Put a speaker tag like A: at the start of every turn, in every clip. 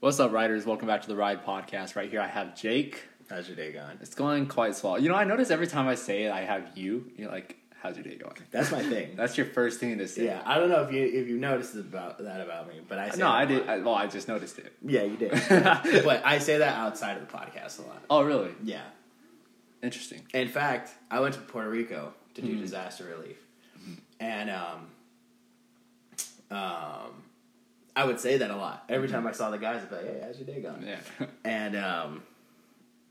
A: What's up, riders? Welcome back to the Ride Podcast. Right here, I have Jake.
B: How's your day going?
A: It's going quite swell. You know, I notice every time I say it, I have you. You're like, "How's your day going?"
B: That's my thing.
A: That's your first thing to say.
B: yeah, I don't know if you if you noticed about that about me, but I say
A: No,
B: that
A: I
B: a
A: did.
B: lot.
A: I, well, I just noticed it.
B: yeah, you did. but I say that outside of the podcast a lot.
A: Oh, really?
B: Yeah.
A: Interesting.
B: In fact, I went to Puerto Rico to
A: Mm-hmm.
B: do disaster relief, and um, um, I would say that a lot every
A: Mm-hmm.
B: time I saw the guys. I'd be like, "Hey, how's your day going?"
A: Yeah.
B: and um,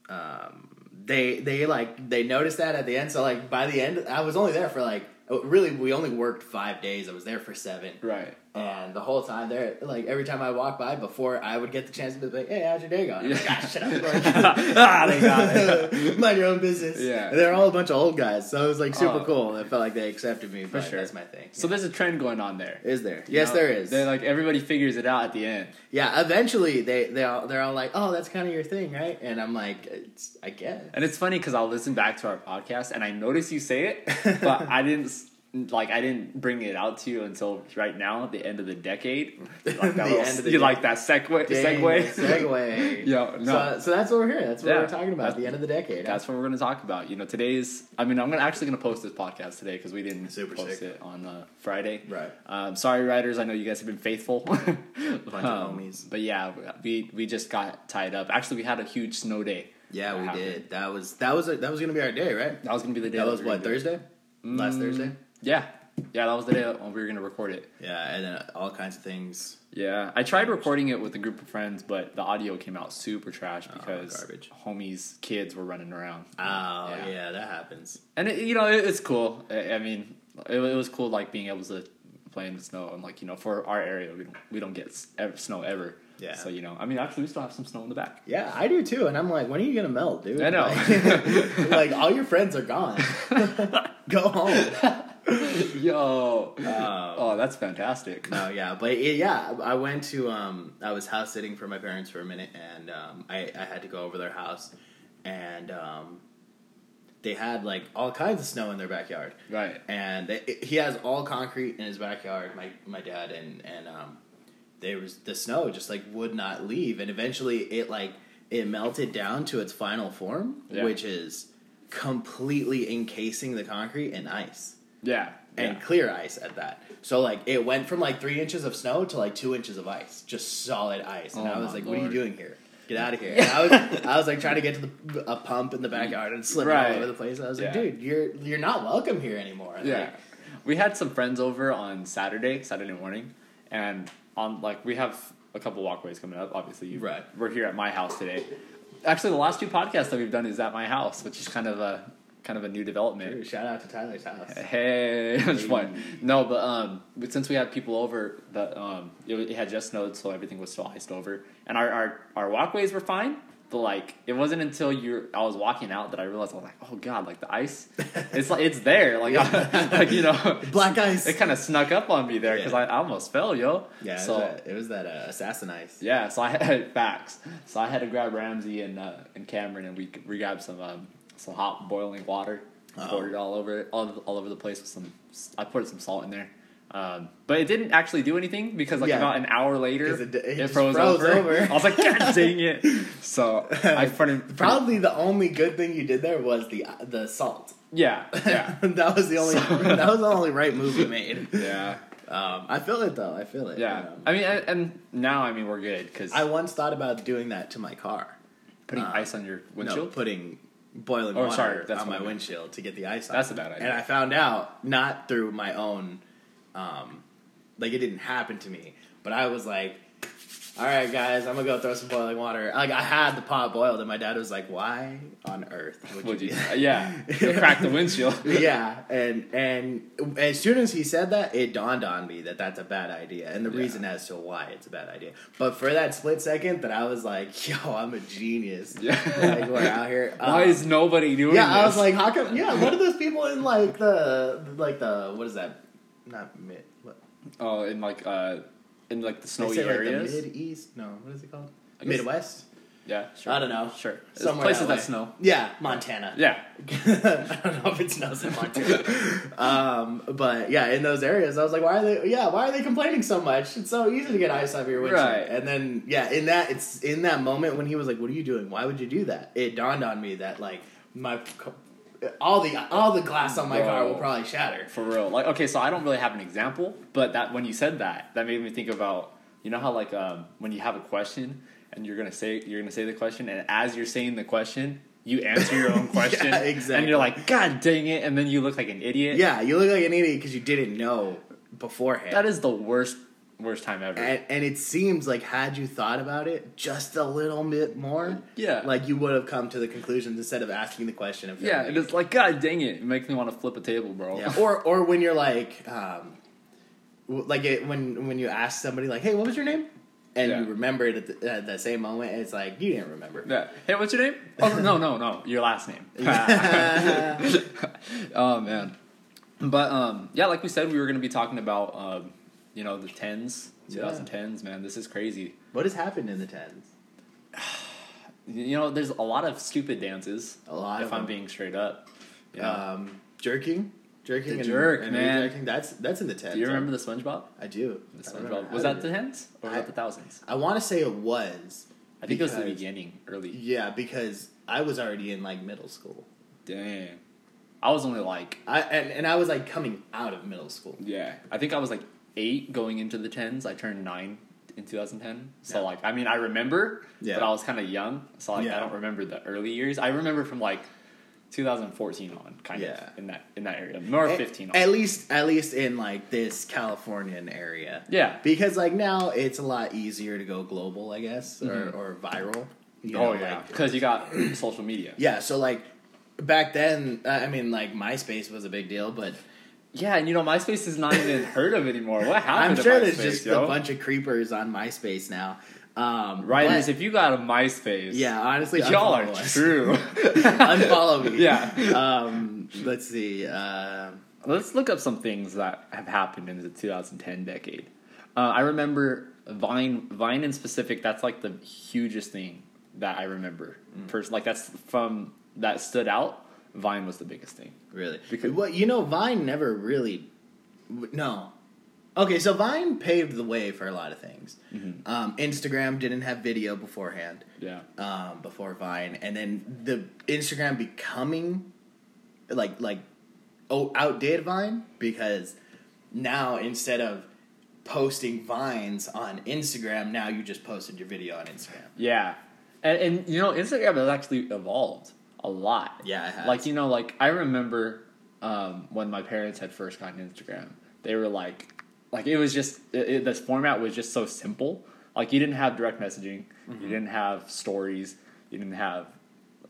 B: um, they they like they noticed that at the end. So like by the end, I was only there for like oh, really we only worked five days. I was there for seven,
A: right.
B: and the whole time there, like every time I walked by, before I would get the chance to be like, "Hey, how's your day going?" I'm like,
A: Yeah.
B: "Ah, shut up!" Like,
A: ah, they got it.
B: Mind your own business.
A: Yeah.
B: And they're all a bunch of old guys, so it was like super
A: Oh.
B: cool. I felt like they accepted me, but
A: sure.
B: that's my thing.
A: So there's a trend going on there.
B: is there?
A: You
B: Yes,
A: know?
B: there is.
A: They're like everybody figures it out at the end.
B: yeah, eventually they they all they're all like, "Oh, that's kind of your thing, right?" And I'm like, it's, "I guess."
A: And it's funny because I'll listen back to our podcast and I notice you say it, but I didn't s- like I didn't bring it out to you until right now, the end of the decade. You Like
B: The
A: that, little,
B: end of the
A: you like that segue?
B: Dang,
A: segue.
B: that Segue.
A: Yo, no.
B: So, so that's what we're here. That's what
A: Yeah.
B: we're talking
A: That's-
B: about. at the end of the decade.
A: That's what we're going to talk about. You know, today's. I mean, I'm gonna, actually going to post this podcast today because we didn't
B: Super
A: post
B: sick.
A: it on uh, Friday.
B: Right.
A: Um, sorry, writers. I know you guys have been faithful. Um,
B: of homies.
A: But yeah, we we just got tied up. Actually, we had a huge snow day.
B: yeah, we
A: That happened.
B: did. That was that was a, that was gonna be our day, right?
A: That was Mm. going to be the day.
B: That was
A: we were
B: what
A: gonna do it.
B: Thursday, last Thursday.
A: Yeah. Yeah, that was the day that we were going to record it.
B: Yeah, and then all kinds of things.
A: Yeah. I tried recording it with a group of friends, but the audio came out super trash because
B: Oh, garbage.
A: homies' kids were running around.
B: Oh yeah,
A: Yeah.
B: that happens.
A: And, it, you know, it, it's cool. I, I mean, it, it was cool, like, being able to play in the snow. And, like, you know, for our area, we don't, we don't get s- ever, snow ever.
B: Yeah.
A: So, you know, I mean, actually, we still have some snow in the back.
B: Yeah, I do too, and I'm like, when are you gonna melt, dude?
A: I know.
B: Like, like, all your friends are gone. Go home.
A: Yo.
B: Um,
A: oh, that's fantastic.
B: No, yeah, but it, yeah, I went to um, I was house sitting for my parents for a minute, and um, I I had to go over their house, and um, they had like all kinds of snow in their backyard.
A: Right.
B: and they, it- he has all concrete in his backyard. My my dad and and um, there was the snow just like would not leave, and eventually it like it melted down to its final form,
A: Yeah.
B: which is completely encasing the concrete in ice
A: Yeah.
B: and
A: yeah.
B: clear ice at that. So like it went from like three inches of snow to like two inches of ice, just solid ice. And
A: Oh,
B: I was
A: my
B: like, "What are you
A: lord.
B: doing here? Get out of here!" And I was I was like trying to get to the, a pump in the backyard and slipping
A: Right.
B: all over the place. I was like,
A: Yeah.
B: "Dude, you're you're not welcome here anymore." Like,
A: Yeah. We had some friends over on Saturday, Saturday morning, and on like we have a couple walkways coming up. Obviously, you
B: Right.
A: We're here at my house today. Actually, the last two podcasts that we've done is at my house, which is kind of a kind of a new development.
B: Dude, shout out to Tyler's house.
A: Hey, just one. No, but um, but since we had people over, that um, it, wa- it had just snowed, so everything was still iced over, and our our, our walkways were fine. But like, it wasn't until you I was walking out that I realized I was like, oh god, like the ice, it's like it's there, like like you know,
B: Black ice.
A: it kind of snuck up on me there because
B: Yeah.
A: I, I almost fell, yo.
B: yeah, it was
A: So
B: that, it was that uh, assassin ice.
A: yeah, so I had facts. So I had to grab Ramsey and uh, and Cameron, and we we grabbed some um, some hot boiling water,
B: Uh-oh.
A: poured it all over all all over the place with some. I poured some salt in there. Um, but it didn't actually do anything because like
B: Yeah.
A: about an hour later
B: 'Cause
A: it,
B: it d- it just
A: froze,
B: froze
A: over.
B: over.
A: I was like, God dang it! So I front
B: Probably the only good thing you did there was the uh, the salt.
A: yeah yeah
B: that was the only that was the only right move you made.
A: yeah
B: Um, I feel it though. I feel it.
A: yeah.
B: Um,
A: I mean, and, and now I mean we're good because
B: I once thought about doing that to my car.
A: putting
B: uh,
A: ice on your
B: No,
A: windshield.
B: putting boiling
A: Oh,
B: water
A: sorry, that's what
B: on my
A: I meant.
B: windshield to get the ice on.
A: That's
B: it.
A: a bad idea.
B: And I found out not through my own, um, like it didn't happen to me, but I was like, "All right, guys, I'm gonna go throw some boiling water." Like I had the pot boiled, and my dad was like, "Why on earth would,
A: Would
B: you?"
A: you? Uh, Yeah, you crack the windshield.
B: do that?" yeah, and and as soon as he said that, it dawned on me that that's a bad idea, and the
A: Yeah.
B: reason as to why it's a bad idea. But for that split second, that I was like, "Yo, I'm a genius."
A: Yeah.
B: like we're out here.
A: Why
B: Um,
A: is nobody doing?
B: yeah, I
A: this?
B: was like, how come? Yeah, what are those people in like the like the what is that? Not mid. What?
A: Oh, in like uh, in like the
B: They
A: snowy
B: say, like, the
A: areas.
B: mid east. No, what is it called?
A: I guess-
B: Midwest.
A: Yeah, sure.
B: I don't know.
A: Sure. There's
B: Somewhere
A: places that
B: way.
A: snow.
B: Yeah, Montana.
A: Yeah.
B: I don't know if it snows in Montana. um, but yeah, in those areas, I was like, why are they? Yeah, why are they complaining so much? It's so easy to get ice off your windshield.
A: Right.
B: And then yeah, in that it's in that moment when he was like, "What are you doing? Why would you do that?" It dawned on me that like my co- all the all the glass on my car will
A: Bro.
B: probably shatter.
A: For real. Like, okay, so I don't really have an example, but that when you said that, that made me think about you know how like um, when you have a question and you're gonna say you're gonna say the question, and as you're saying the question, you answer your own question, and
B: exactly.
A: you're like, God dang it, and then you look like an idiot.
B: Yeah, you look like an idiot because you didn't know beforehand.
A: that is the worst worst time ever.
B: and, and it seems like had you thought about it just a little bit more,
A: Yeah.
B: like you would have come to the conclusions instead of asking the question. Of
A: yeah, and it's like, God dang it, it makes me want to flip a table, bro.
B: Yeah, or or when you're like, um, w- like it, when when you ask somebody like, "Hey, what was your name?" and
A: Yeah.
B: you remember it at, the, at that same moment, and it's like you didn't remember.
A: Yeah. Hey, what's your name? Oh no, no, no, your last name. oh man. But um, yeah, like we said, we were gonna be talking about um, you know, the tens, two
B: Yeah.
A: thousand tens. Man, this is crazy.
B: What has happened in the tens?
A: You know, there's a lot of stupid dances.
B: A lot
A: If
B: of
A: I'm
B: them.
A: being straight up. Yeah.
B: Um, jerking, jerking,
A: The
B: and,
A: jerk,
B: and
A: man.
B: rejecting. That's that's in the tens.
A: Do you remember the SpongeBob?
B: I do.
A: The
B: I remember
A: SpongeBob
B: how
A: was
B: to
A: that
B: do
A: the
B: it.
A: tens or was
B: I-
A: that the thousands?
B: I want to say it was.
A: I think it was the
B: because-
A: beginning, early.
B: Yeah, because I was already in like middle school.
A: Dang. I was only like
B: I and, and I was like coming out of middle school.
A: Yeah, I think I was like eight going into the tens. I turned nine in 2010. So
B: Yeah.
A: like, I mean, I remember,
B: Yeah.
A: but I was kind of young, so like,
B: Yeah.
A: I don't remember the early years. I remember from like 2014 on, kind
B: Yeah. Eh,
A: of in that in that area, more
B: At-
A: 15 on.
B: At, least, at least in like this Californian area.
A: Yeah.
B: because like now it's a lot easier to go global, I guess, or,
A: Mhm.
B: or viral. you
A: oh
B: know,
A: yeah,
B: like-
A: because you got social media.
B: yeah. So like back then, uh, I I mean, like MySpace was a big deal, but
A: Yeah, and you know, MySpace is not even heard of anymore. What
B: I'm
A: happened?
B: sure
A: to MySpace,
B: there's just
A: yo?
B: a bunch of creepers on MySpace now. Um,
A: Writers,
B: but-
A: if you got a MySpace,
B: yeah, honestly,
A: y'all are
B: unfollow us.
A: true.
B: unfollow me.
A: yeah.
B: Um, let's see. Uh,
A: Let's look up some things that have happened in the 2010 decade. Uh, I remember Vine, Vine in specific. That's like the hugest thing that I remember. First, like that's from that stood out. Vine was the biggest thing.
B: Really?
A: Because-
B: well, you know, Vine never really. w- No. Okay, so Vine paved the way for a lot of things. Um, Instagram didn't have video beforehand,
A: Yeah,
B: um, before Vine, and then the Instagram becoming like like oh outdated Vine because now instead of posting vines on Instagram, now you just posted your video on Instagram.
A: yeah, and, and you know Instagram has actually evolved a lot.
B: Yeah, it has.
A: like you know, like I remember um, when my parents had first gotten Instagram. They were like, like it was just it, it, this format was just so simple. Like you didn't have direct messaging,
B: Mm-hmm.
A: you didn't have stories, you didn't have,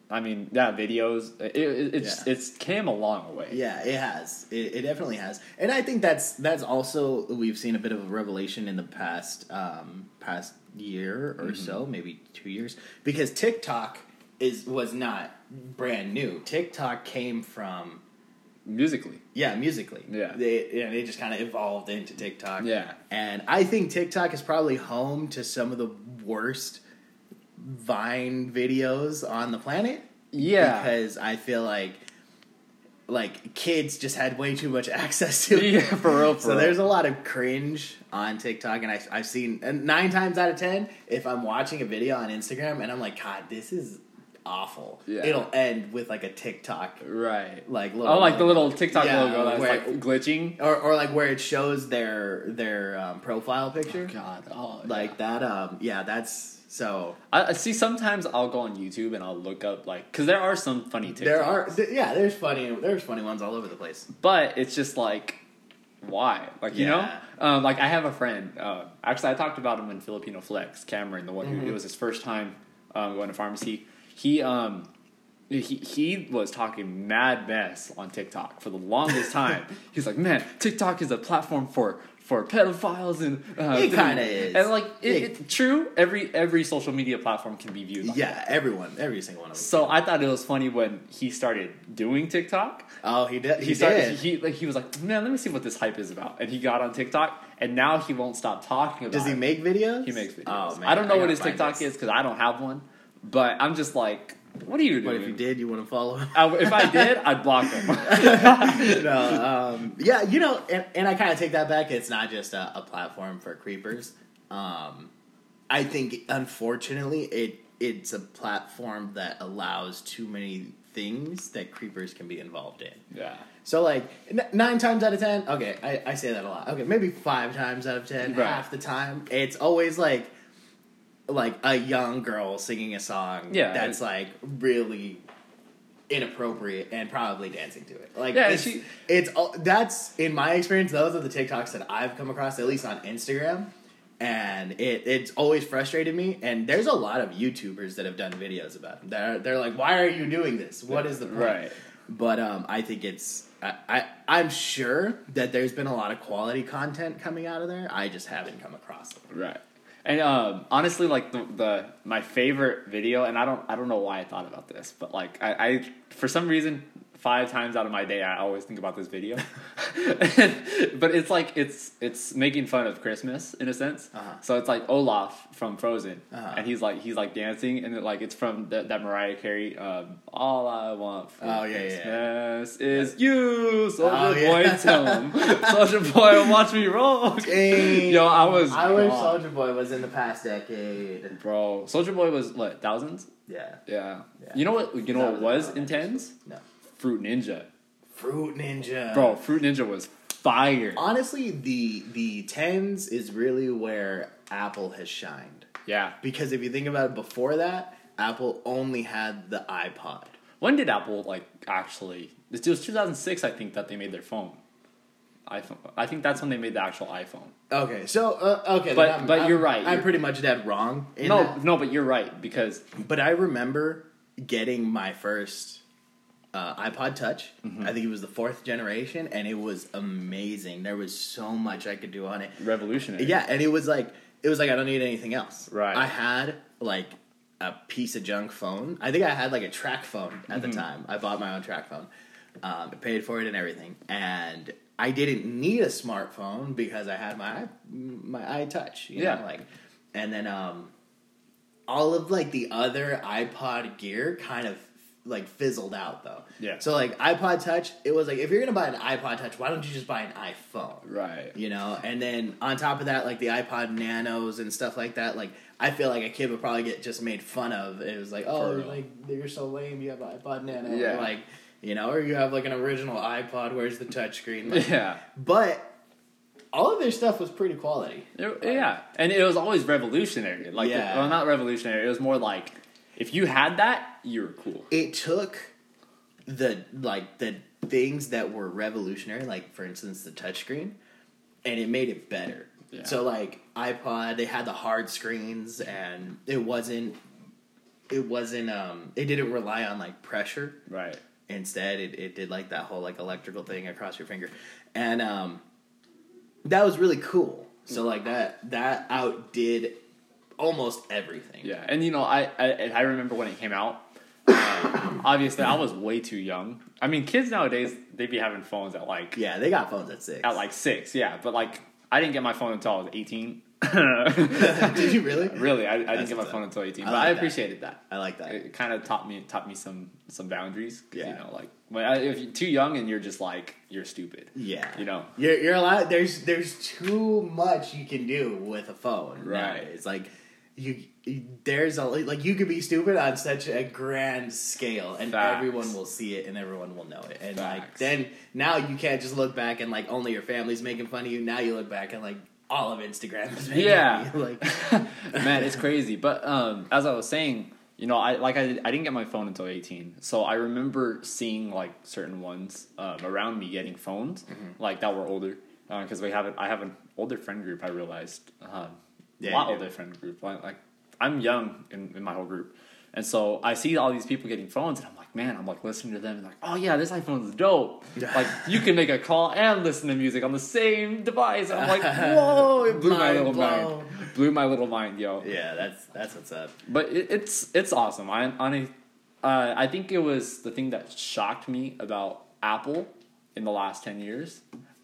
A: I mean, yeah, videos. It it it's,
B: Yeah.
A: it's came a long way.
B: Yeah, it has. It, it definitely has, and I think that's that's also we've seen a bit of a revelation in the past um, past year
A: Mm-hmm.
B: or so, maybe two years, because TikTok is was not brand new. TikTok came from
A: Musically,
B: yeah, musically.
A: Yeah.
B: they you know, they just kind of evolved into TikTok.
A: Yeah.
B: and I think TikTok is probably home to some of the worst Vine videos on the planet
A: yeah,
B: because I feel like like kids just had way too much access to it.
A: yeah, for real. For
B: So
A: real.
B: there's a lot of cringe on TikTok, and I, I've seen and nine times out of ten, if I'm watching a video on Instagram and I'm like, God, this is awful.
A: Yeah.
B: It'll end with like a TikTok,
A: right.
B: like
A: Oh, like the little TikTok
B: Yeah,
A: logo that's
B: where-
A: like glitching.
B: or or like where it shows their their um, profile picture,
A: God, oh, yeah.
B: like that. Um, yeah, that's so.
A: I, I see. Sometimes I'll go on YouTube and I'll look up like because there are some funny TikToks.
B: There are th- yeah, there's funny there's funny ones all over the place.
A: but it's just like why like you
B: Yeah.
A: know um, like i have a friend uh, actually i talked about him in filipino flex cameron the one
B: Mm-hmm.
A: who it was his first time um, going to pharmacy he um he, he was talking mad mess on tiktok for the longest time he's like man tiktok is a platform for for pedophiles and uh,
B: It kinda is.
A: and like it,
B: It-
A: it's true every every social media platform can be viewed like that.
B: Yeah, everyone, every single one of them.
A: so i thought it was funny when he started doing tiktok
B: Oh, he did. He,
A: he started,
B: did.
A: he like he was like, man, let me see what this hype is about, and he got on TikTok, and now he won't stop talking about.
B: Does he
A: it.
B: make videos?
A: He makes videos.
B: Oh man,
A: I don't know what
B: gotta
A: his
B: find
A: TikTok
B: this.
A: is because I don't have one, But I'm just like, what are you doing?
B: But if you did, you wouldn't follow him.
A: I, if I did, I'd block them.
B: no, um, yeah, you know, and, and I kind of take that back. It's not just a, a platform for creepers. Um, I think, unfortunately, it it's a platform that allows too many things that creepers can be involved in.
A: yeah.
B: So, like, n- nine times out of ten, okay, I, I say that a lot. Okay, maybe five times out of ten,
A: Right.
B: half the time, it's always like, like a young girl singing a song
A: Yeah,
B: that's
A: it-
B: like really inappropriate and probably dancing to it. Like,
A: Yeah,
B: it's,
A: she-
B: it's all that's in my experience. Those are the TikToks that I've come across, at least on Instagram, and it it's always frustrated me. And there's a lot of YouTubers that have done videos about them. They're they're like, why are you doing this? What is the point?
A: Right.
B: But um, I think it's I, I I'm sure that there's been a lot of quality content coming out of there. I just haven't come across it.
A: Right. And um, honestly, like the, the my favorite video, and I don't I don't know why I thought about this, but like I, I for some reason five times out of my day I always think about this video. but it's like it's it's making fun of Christmas in a sense.
B: Uh-huh.
A: So it's like Olaf from Frozen,
B: Uh-huh.
A: and he's like he's like dancing, and it, like it's from that that Mariah Carey. Um, All I want for
B: Oh, yeah, yeah, yeah.
A: Christmas is you, soldier
B: Oh,
A: boy.
B: yeah.
A: Tell him, soldier boy, watch me roll.
B: Dang.
A: Yo, I was
B: I wish
A: gone.
B: Soldier Boy was in the past decade.
A: Bro, Soldier Boy was what thousands?
B: Yeah.
A: Yeah.
B: Yeah.
A: You know what? You know
B: That
A: what
B: was
A: was
B: about
A: in
B: it.
A: tens?
B: No.
A: Fruit Ninja.
B: Fruit Ninja.
A: Bro, Fruit Ninja was fire.
B: Honestly, the the tens is really where Apple has shined.
A: Yeah.
B: Because if you think about it before that, Apple only had the iPod.
A: When did Apple like actually? It was 2006, I think, that they made their phone. iPhone. I think that's when they made the actual iPhone.
B: Okay, so uh, okay, then
A: But-
B: I'm-
A: but
B: I'm-
A: you're right.
B: I'm pretty much dead wrong. in
A: no,
B: that.
A: no, but you're right because
B: But I remember getting my first uh, iPod Touch.
A: Mm-hmm.
B: I think it was the fourth generation, and it was amazing. There was so much I could do on it.
A: revolutionary.
B: Yeah, and it was like it was like I don't need anything else.
A: Right.
B: I had like a piece of junk phone. I think I had like a track phone at
A: Mm-hmm.
B: the time. I bought my own track phone. Um, I paid for it and everything, and I didn't need a smartphone because I had my my iTouch. You
A: Yeah.
B: Know, like, and then um, all of like the other iPod gear kind of like fizzled out though.
A: Yeah.
B: So like iPod Touch, it was like if you're gonna buy an iPod Touch, why don't you just buy an iPhone?
A: Right.
B: you know and then on top of that like the ipod nanos and stuff like that like i feel like a kid would probably get just made fun of it was like oh
A: For real.
B: like you're so lame you have an ipod nano
A: Yeah.
B: like you know or you have like an original ipod where's the touchscreen like,
A: Yeah.
B: but all of their stuff was pretty quality
A: It- yeah. And it was always revolutionary. Like,
B: Yeah.
A: well, not revolutionary. It was more like if you had that, you were cool.
B: it took the like the things that were revolutionary, like for instance the touchscreen, and it made it better.
A: Yeah.
B: So like iPod, they had the hard screens, and it wasn't it wasn't um it didn't rely on like pressure.
A: Right.
B: Instead, it it did like that whole like electrical thing across your finger, and um that was really cool. So like that that outdid almost everything.
A: Yeah, and you know, I I, and I remember when it came out. um, obviously, I was way too young. I mean, kids nowadays they be having phones at like
B: Yeah, they got phones at six.
A: at like six, yeah. But like, I didn't get my phone until I was eighteen.
B: Did you really?
A: really, I, I didn't get my
B: what's up.
A: phone until eighteen.
B: I
A: But
B: like
A: I
B: that.
A: appreciated that.
B: I like that.
A: It kind of taught me taught me some some boundaries. 'cause,
B: Yeah.
A: You know, like when I, if you're too young and you're just like you're stupid.
B: Yeah,
A: You know.
B: you're you're allowed. There's there's too much you can do with a phone.
A: Right.
B: It's like you, you- there's a like you could be stupid on such a grand scale, and
A: Facts.
B: everyone will see it and everyone will know it. And like
A: Facts.
B: then now you can't just look back and like only your family's making fun of you. Now you look back and like all of Instagram is making
A: Yeah.
B: fun of you. Like
A: Man, it's crazy. But um, as I was saying, you know, I like I, I didn't get my phone until eighteen, so I remember seeing like certain ones um, around me getting phones,
B: Mm-hmm.
A: like that were older, because we have an, I have an older friend group. I realized um,
B: Yeah,
A: a lot
B: you do.
A: older friend group. Like, like I'm young in, in my whole group, and so I see all these people getting phones, and I'm like, man, I'm like listening to them, and like, oh yeah, this iPhone's dope. like you can make a call and listen to music on the same device. And I'm like, whoa, it blew my
B: Mind
A: little
B: blown.
A: mind blew my little mind, yo.
B: yeah, that's that's what's up.
A: But it, it's it's awesome. I on a, uh, I think it was the thing that shocked me about Apple in the last ten years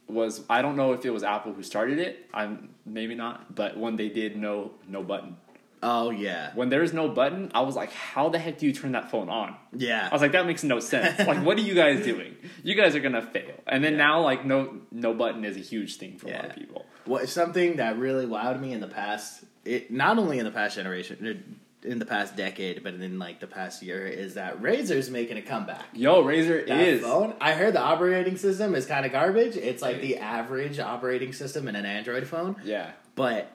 A: was I don't know if it was Apple who started it. I'm maybe not, but when they did no no button,
B: Oh yeah,
A: When there is no button, I was like, how the heck do you turn that phone on? I
B: yeah.
A: was like, that makes no sense. Like, what are you guys doing? You guys are gonna fail. And then now, like, no, no button is a huge thing for a lot
B: Yeah.
A: of people.
B: What something that really wowed me in the past, it not only in the past generation, er, in the past decade, but in like the past year, is that Razor's making a comeback.
A: Yo, Razor
B: That
A: is.
B: phone. I heard the operating system is kind of garbage. It's like the average operating system in an Android phone,
A: Yeah.
B: but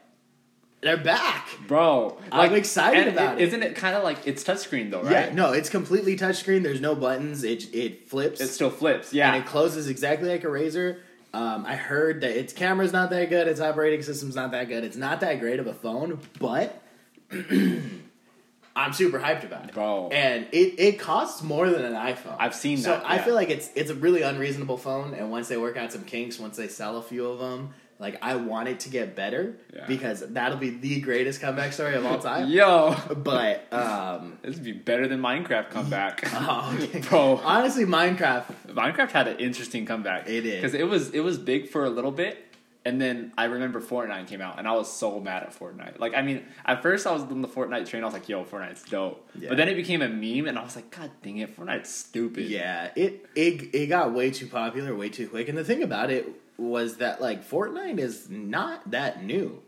B: they're back.
A: Bro,
B: I'm excited
A: and
B: about it.
A: Isn't it kind of like it's touchscreen though, right?
B: Yeah, no, it's completely touchscreen. There's no buttons. It it flips
A: It still flips. Yeah,
B: and it closes exactly like a razor. Um, I heard that its camera's not that good. Its operating system's not that good. It's not that great of a phone, but I'm super hyped about it,
A: Bro.
B: And it, it costs more than an iPhone.
A: I've seen
B: so
A: that,
B: I
A: yeah.
B: feel like it's it's a really unreasonable phone. And once they work out some kinks, once they sell a few of them, like I want it to get better
A: Yeah.
B: because that'll be the greatest comeback story of all time.
A: Yo,
B: But um,
A: this would be better than Minecraft comeback.
B: oh,
A: Bro.
B: honestly, Minecraft
A: Minecraft had an interesting comeback.
B: It did.
A: because it was it was big for a little bit, and then I remember Fortnite came out, and I was so mad at Fortnite. Like, I mean, at first I was on the Fortnite train. I was like, "Yo, Fortnite's dope,"
B: Yeah.
A: but then it became a meme, and I was like, "God dang it, Fortnite's stupid."
B: Yeah, it it it got way too popular, way too quick. And the thing about it was that like Fortnite is not that new.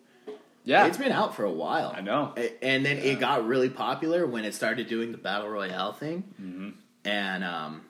A: yeah,
B: It's been out for a while.
A: I know.
B: A- And then it got really popular when it started doing the battle royale thing.
A: Mm-hmm.
B: And um,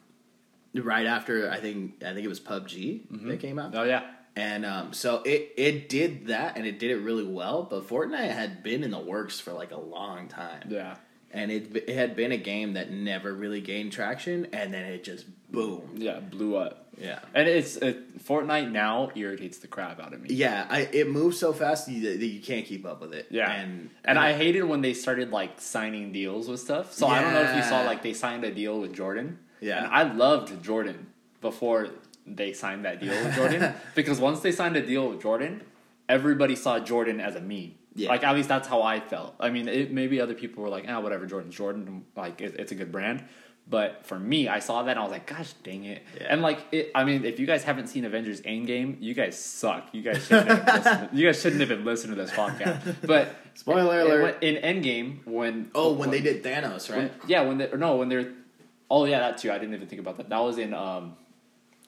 B: right after, I think I think it was PUBG that came out.
A: oh yeah,
B: And um, so it it did that, and it did it really well. But Fortnite had been in the works for like a long time
A: yeah.
B: and it, it had been a game that never really gained traction, and then it just boomed.
A: Yeah, blew up.
B: Yeah,
A: And it's uh, Fortnite now irritates the crap out of me.
B: yeah, I, it moves so fast that you, that you can't keep up with it.
A: Yeah.
B: and
A: And, I hated when they started like signing deals with stuff. So I don't know if you saw
B: Yeah.
A: like they signed a deal with Jordan.
B: Yeah.
A: And I loved Jordan before they signed that deal with Jordan because once they signed a deal with Jordan, everybody saw Jordan as a meme.
B: Yeah.
A: Like at least that's how I felt. I mean, it, maybe other people were like, "Ah, whatever, Jordan, Jordan, like it, it's a good brand." But for me, I saw that and I was like, "Gosh, dang it!"
B: Yeah.
A: And like, it, I mean, if you guys haven't seen Avengers Endgame, you guys suck. You guys shouldn't have listened, you guys shouldn't have been listening to this podcast. But
B: spoiler
A: and
B: alert.
A: when- in Endgame, when
B: oh, when they did Thanos, right?
A: when- yeah, when they or no, when they're oh yeah, that too. I didn't even think about that. That was in um,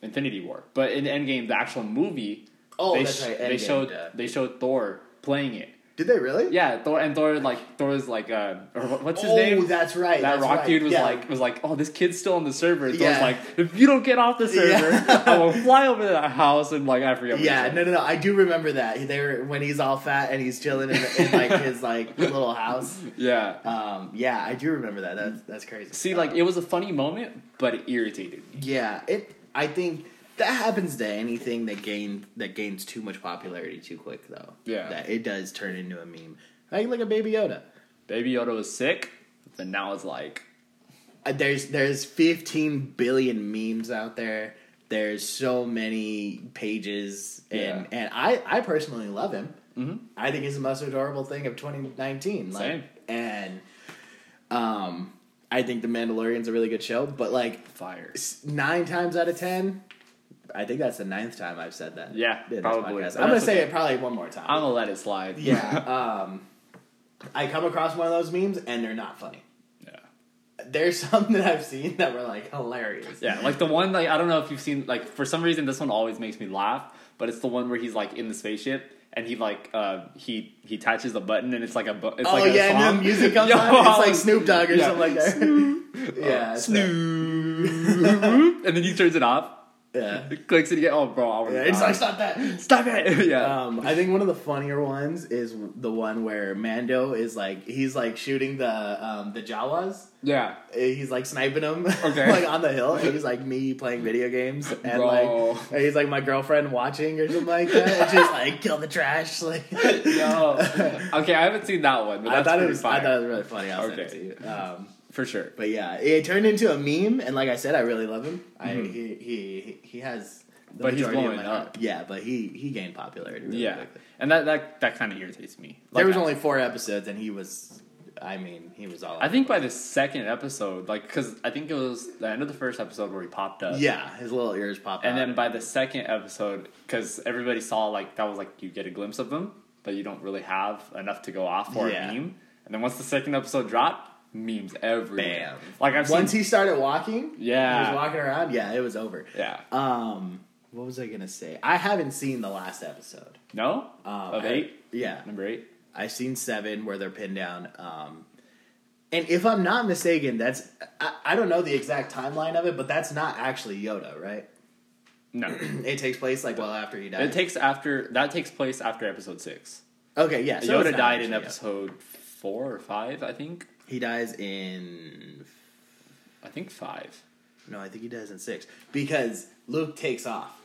A: Infinity War, but in Endgame, the actual movie.
B: Oh,
A: they
B: that's right,
A: They
B: Endgame,
A: showed
B: duh.
A: they showed Thor playing it.
B: did they really?
A: Yeah, Thor and Thor like Thor's like uh, or what- what's his
B: oh,
A: name?
B: that's right.
A: that
B: that's
A: rock
B: right.
A: dude was
B: Yeah.
A: like was like, oh, this kid's still on the server. And
B: Yeah.
A: Thor's like, if you don't get off the server,
B: Yeah.
A: I will fly over to that house and like I forget. what he
B: Yeah,
A: said.
B: no, no, no. I do remember that. They were when he's all fat and he's chilling in, in like his like little house.
A: yeah.
B: Um, yeah, I do remember that. That's that's crazy.
A: See, like it was a funny moment, but it irritated me.
B: Yeah, it. I think that happens to anything that gain that gains too much popularity too quick, though.
A: Yeah.
B: that it does turn into a meme. Like like a Baby Yoda.
A: Baby Yoda was sick, but then now it's like
B: Uh, There's there's 15 billion memes out there. There's so many pages, and and I I personally love him. Mm-hmm. I think he's the most adorable thing of 2019. Like,
A: Same.
B: And um, I think The Mandalorian's a really good show, but like
A: fire.
B: s- nine times out of ten. I think that's the ninth time I've said that.
A: Yeah,
B: in this
A: probably.
B: podcast.
A: But
B: I'm gonna
A: that's
B: say
A: okay.
B: it probably one more time.
A: I'm gonna let it slide.
B: yeah. Um, I come across one of those memes and they're not funny.
A: yeah.
B: There's some that I've seen that were like hilarious.
A: Yeah, like the one like I don't know if you've seen like for some reason this one always makes me laugh, but it's the one where he's like in the spaceship and he like uh he he touches a button and it's like a bu- it's
B: oh
A: like a
B: yeah,
A: song.
B: and the music comes
A: Yo,
B: on. and
A: I
B: It's like
A: was-
B: Snoop Dogg or
A: yeah. Uh,
B: something like that. yeah, it's that.
A: Snoop. and then he turns it off,
B: Yeah.
A: clicks it again. Oh, bro, I was
B: yeah, it's like stop that.
A: stop it. yeah,
B: Um, I think one of the funnier ones is the one where Mando is like he's like shooting the um, the Jawas.
A: yeah.
B: he's like sniping him
A: Okay.
B: like on the hill and he's like me playing video games and
A: Bro.
B: like and he's like my girlfriend watching or something like that and she's like kill the trash like
A: Yo. okay, I haven't seen that one, but
B: I
A: that's
B: thought it
A: pretty
B: was
A: fire
B: I thought it was really funny I'll send it
A: Okay.
B: to you um,
A: for sure.
B: but yeah it turned into a meme and like I said I really love him I he he he has the
A: Mm-hmm. But he's
B: majority of
A: blowing
B: my
A: up.
B: heart. yeah but he he gained popularity really
A: Yeah,
B: quickly.
A: and that that that kind of irritates me.
B: there
A: Like,
B: was
A: I-
B: only four episodes and he was I mean he was all
A: I think by the second episode, like, because I think it was the end of the first episode where he popped up.
B: yeah his little ears popped
A: And
B: out.
A: then by the second episode, because everybody saw, like, that was like you get a glimpse of them, but you don't really have enough to go off for
B: Yeah.
A: a meme. And then once the second episode dropped, memes everywhere.
B: Bam.
A: Like I've
B: Once
A: seen.
B: he started walking,
A: Yeah.
B: he was walking around. Yeah, it was over.
A: yeah.
B: Um, what was I gonna say? I haven't seen the last episode.
A: No.
B: Um,
A: of
B: I-
A: eight.
B: yeah,
A: Number eight.
B: I've seen seven where they're pinned down. Um, and if I'm not mistaken, that's I, I don't know the exact timeline of it, but that's not actually Yoda, right?
A: No.
B: It takes place like well after he died.
A: it takes after that takes place after episode six.
B: okay, yeah. so it's
A: Yoda
B: not
A: died in
B: actually Yoda.
A: episode four or five, I think.
B: He dies in
A: I think five.
B: no, I think he dies in six because Luke takes off.